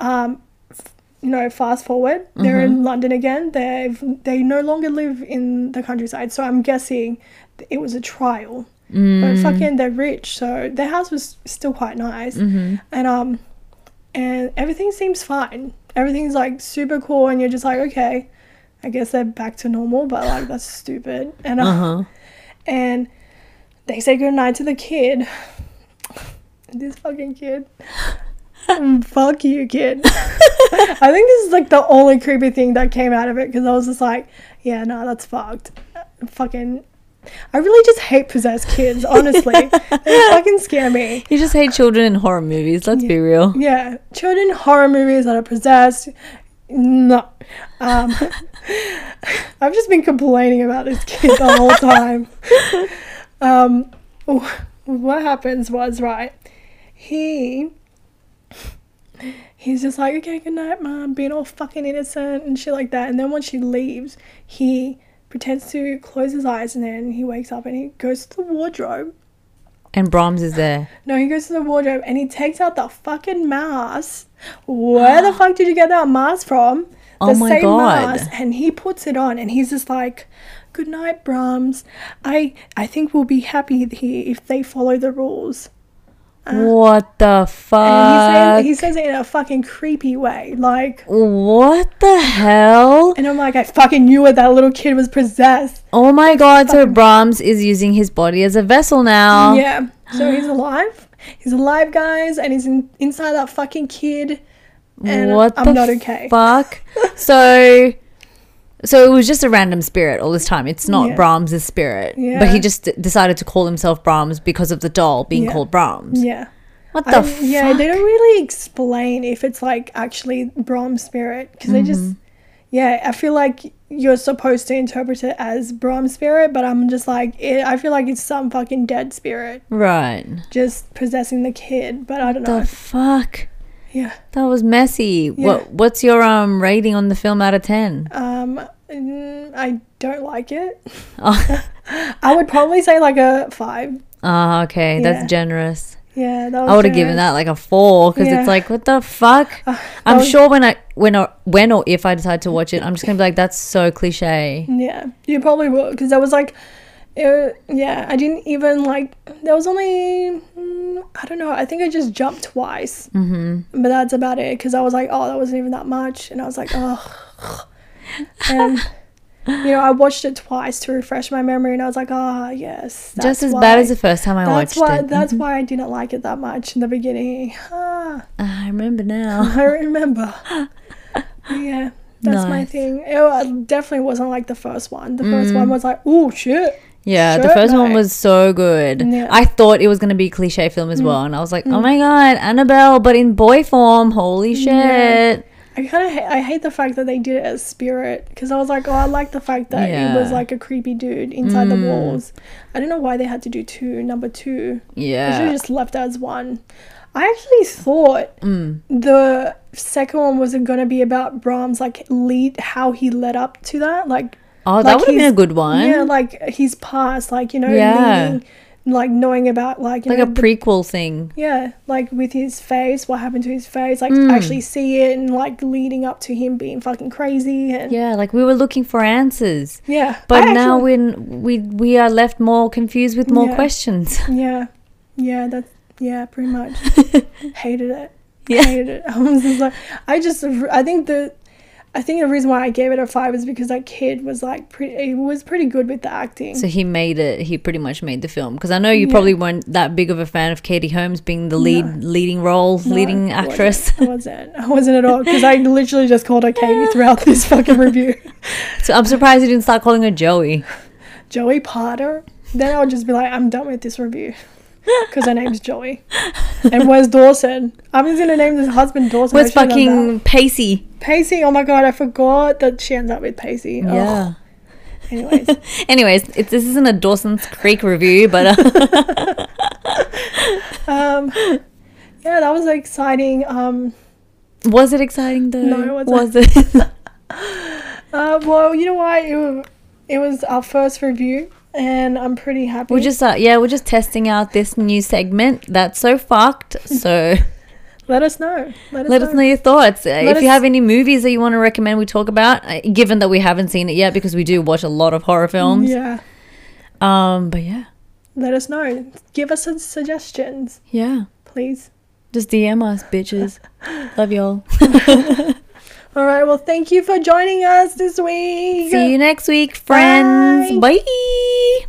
Speaker 1: um, f- you know, fast forward, they're in London again. They've they no longer live in the countryside, so I'm guessing th- it was a trial. But fucking, they're rich, so their house was still quite nice, and um, and everything seems fine. Everything's like super cool, and you're just like, okay, I guess they're back to normal, but like that's stupid, and uh,
Speaker 2: Uh-huh.
Speaker 1: and they say goodnight to the kid. this fucking kid. Mm, Fuck you, kid. I think this is like the only creepy thing that came out of it because I was just like, yeah, no, that's fucked. Uh, Fucking. I really just hate possessed kids, honestly. they fucking scare me.
Speaker 2: You just hate children in horror movies, let's be real.
Speaker 1: Yeah, children horror movies that are possessed. No. Um, I've just been complaining about this kid the whole time. Um, wh- what happens was, right, he. He's just like, okay, good night, mom, being all fucking innocent and shit like that. And then when she leaves, he pretends to close his eyes and then he wakes up and he goes to the wardrobe
Speaker 2: And Brahms is there.
Speaker 1: no, he goes to the wardrobe and he takes out the fucking mask. Where the fuck did you get that mask from? The
Speaker 2: Oh my God.
Speaker 1: and he puts it on and he's just like, "Good night, Brahms. I I think we'll be happy here if they follow the rules." Uh,
Speaker 2: what the fuck?
Speaker 1: And he says he says it in a fucking creepy way, like.
Speaker 2: what the hell?
Speaker 1: And I'm like, I fucking knew it. That little kid was possessed.
Speaker 2: Oh my god, so Brahms is using his body as a vessel now.
Speaker 1: Yeah. So he's alive. He's alive, guys, and he's in, inside that fucking kid. And
Speaker 2: what
Speaker 1: I'm
Speaker 2: the
Speaker 1: not okay.
Speaker 2: fuck? so so it was just a random spirit all this time. It's not
Speaker 1: Yeah.
Speaker 2: Brahms' spirit. But
Speaker 1: Yeah.
Speaker 2: he just d- decided to call himself Brahms because of the doll being
Speaker 1: Yeah.
Speaker 2: called Brahms.
Speaker 1: Yeah.
Speaker 2: What the
Speaker 1: I-
Speaker 2: fuck?
Speaker 1: yeah, they don't really explain if it's like actually Brahms spirit because they just
Speaker 2: Mm-hmm.
Speaker 1: yeah. I feel like you're supposed to interpret it as Brahms spirit, but I'm just like it, I feel like it's some fucking dead spirit
Speaker 2: right.
Speaker 1: just possessing the kid. But I don't know.
Speaker 2: The fuck?
Speaker 1: yeah.
Speaker 2: That was messy. What what's your um rating on the film out of 10?
Speaker 1: Um. mm, I don't like it.
Speaker 2: Oh,
Speaker 1: I would probably say like a five.
Speaker 2: oh, okay.
Speaker 1: Yeah.
Speaker 2: That's generous.
Speaker 1: Yeah, that was
Speaker 2: I would have given
Speaker 1: generous.
Speaker 2: that like a four because
Speaker 1: Yeah. Ah,
Speaker 2: it's like, what the fuck?
Speaker 1: that
Speaker 2: I'm
Speaker 1: was-
Speaker 2: sure when I when or when or if I decide to watch it, I'm just gonna be like, that's so cliche.
Speaker 1: Yeah, you probably will because I was like, uh, yeah, I didn't even like. There was only mm, I don't know. I think I just jumped twice, mm-hmm. but that's about it because I was like, oh, that wasn't even that much, and I was like, oh, and you know, I watched it twice to refresh my memory, and I was like, ah, yes,
Speaker 2: just as bad as the
Speaker 1: it.
Speaker 2: first time I
Speaker 1: That's
Speaker 2: watched
Speaker 1: why.
Speaker 2: it. Mm-hmm.
Speaker 1: That's why I didn't like it that much in the beginning. Ah,
Speaker 2: Ah, I remember now.
Speaker 1: I remember. yeah. That's my
Speaker 2: Nice.
Speaker 1: thing. It wa- definitely wasn't like the first one. The first
Speaker 2: Mm.
Speaker 1: one was like, oh shit,
Speaker 2: Yeah, the
Speaker 1: Sure,
Speaker 2: first one
Speaker 1: mate.
Speaker 2: was so good.
Speaker 1: Yeah. Mm.
Speaker 2: I thought it was gonna be a cliche film as well, and I was like, oh my god, Annabelle, but in boy form. Holy shit.
Speaker 1: Yeah. I kind of ha- I hate the fact that they did it as spirit because I was like, oh, I like the fact that
Speaker 2: Yeah. Mm.
Speaker 1: it was like a creepy dude inside the walls. I don't know why they had to do two number two. They should
Speaker 2: Yeah.
Speaker 1: have just left it as one. I actually thought
Speaker 2: Mm.
Speaker 1: the second one was gonna be about Brahms, like lead how he led up to that, like
Speaker 2: oh, that
Speaker 1: like
Speaker 2: would have been
Speaker 1: he's-
Speaker 2: a good one.
Speaker 1: yeah, like his past, like you know,
Speaker 2: Yeah.
Speaker 1: leading, like knowing about like you
Speaker 2: like
Speaker 1: know,
Speaker 2: a
Speaker 1: the
Speaker 2: prequel thing.
Speaker 1: yeah, like with his face, what happened to his face, like
Speaker 2: Hmm.
Speaker 1: actually see it and like leading up to him being fucking crazy and yeah.
Speaker 2: Yeah, like we were looking for answers.
Speaker 1: yeah.
Speaker 2: But
Speaker 1: I
Speaker 2: now
Speaker 1: actually-
Speaker 2: when we we are left more confused with more
Speaker 1: Yeah.
Speaker 2: questions.
Speaker 1: yeah, yeah, that's yeah, pretty much hated it.
Speaker 2: Yeah.
Speaker 1: hated it. I was just like, I just, I think the. I think the reason why I gave it a five is because that kid was like pretty. He was pretty good with the acting.
Speaker 2: So he made it. He pretty much made the film because I know you
Speaker 1: Yeah.
Speaker 2: probably weren't that big of a fan of Katie Holmes being the lead leading role,
Speaker 1: No,
Speaker 2: leading
Speaker 1: I
Speaker 2: actress.
Speaker 1: wasn't. I wasn't. I wasn't at all because I literally just called her Katie throughout this fucking review.
Speaker 2: so I'm surprised you didn't start calling her Joey.
Speaker 1: Joey Potter, then I'll just be like, I'm done with this review because her name's Joey. And where's Dawson? I'm just gonna name this husband Dawson. I
Speaker 2: Where's
Speaker 1: should've done that.
Speaker 2: fucking Pacey?
Speaker 1: Pacey? Oh my god, I forgot that she ends up with Pacey. Ugh.
Speaker 2: Yeah.
Speaker 1: Anyways,
Speaker 2: Anyways, it's, this isn't a Dawson's Creek review, but uh,
Speaker 1: um, yeah, that was exciting. Um,
Speaker 2: was it exciting though?
Speaker 1: No, it
Speaker 2: was it?
Speaker 1: uh, well, you know why it was, it was our first review, and I'm pretty happy.
Speaker 2: we're just uh, yeah, we're just testing out this new segment that's so fucked. So
Speaker 1: let us know. Let us
Speaker 2: let us know your thoughts. Uh, if
Speaker 1: us-
Speaker 2: you have any movies that you want to recommend we talk about, uh, given that we haven't seen it yet because we do watch a lot of horror films.
Speaker 1: Yeah,
Speaker 2: Um, but yeah.
Speaker 1: let us know. Give us some suggestions,
Speaker 2: Yeah.
Speaker 1: please.
Speaker 2: Just DM us, bitches. Love y'all.
Speaker 1: All right. Well, thank you for joining us this week.
Speaker 2: See you next week, friends. Bye.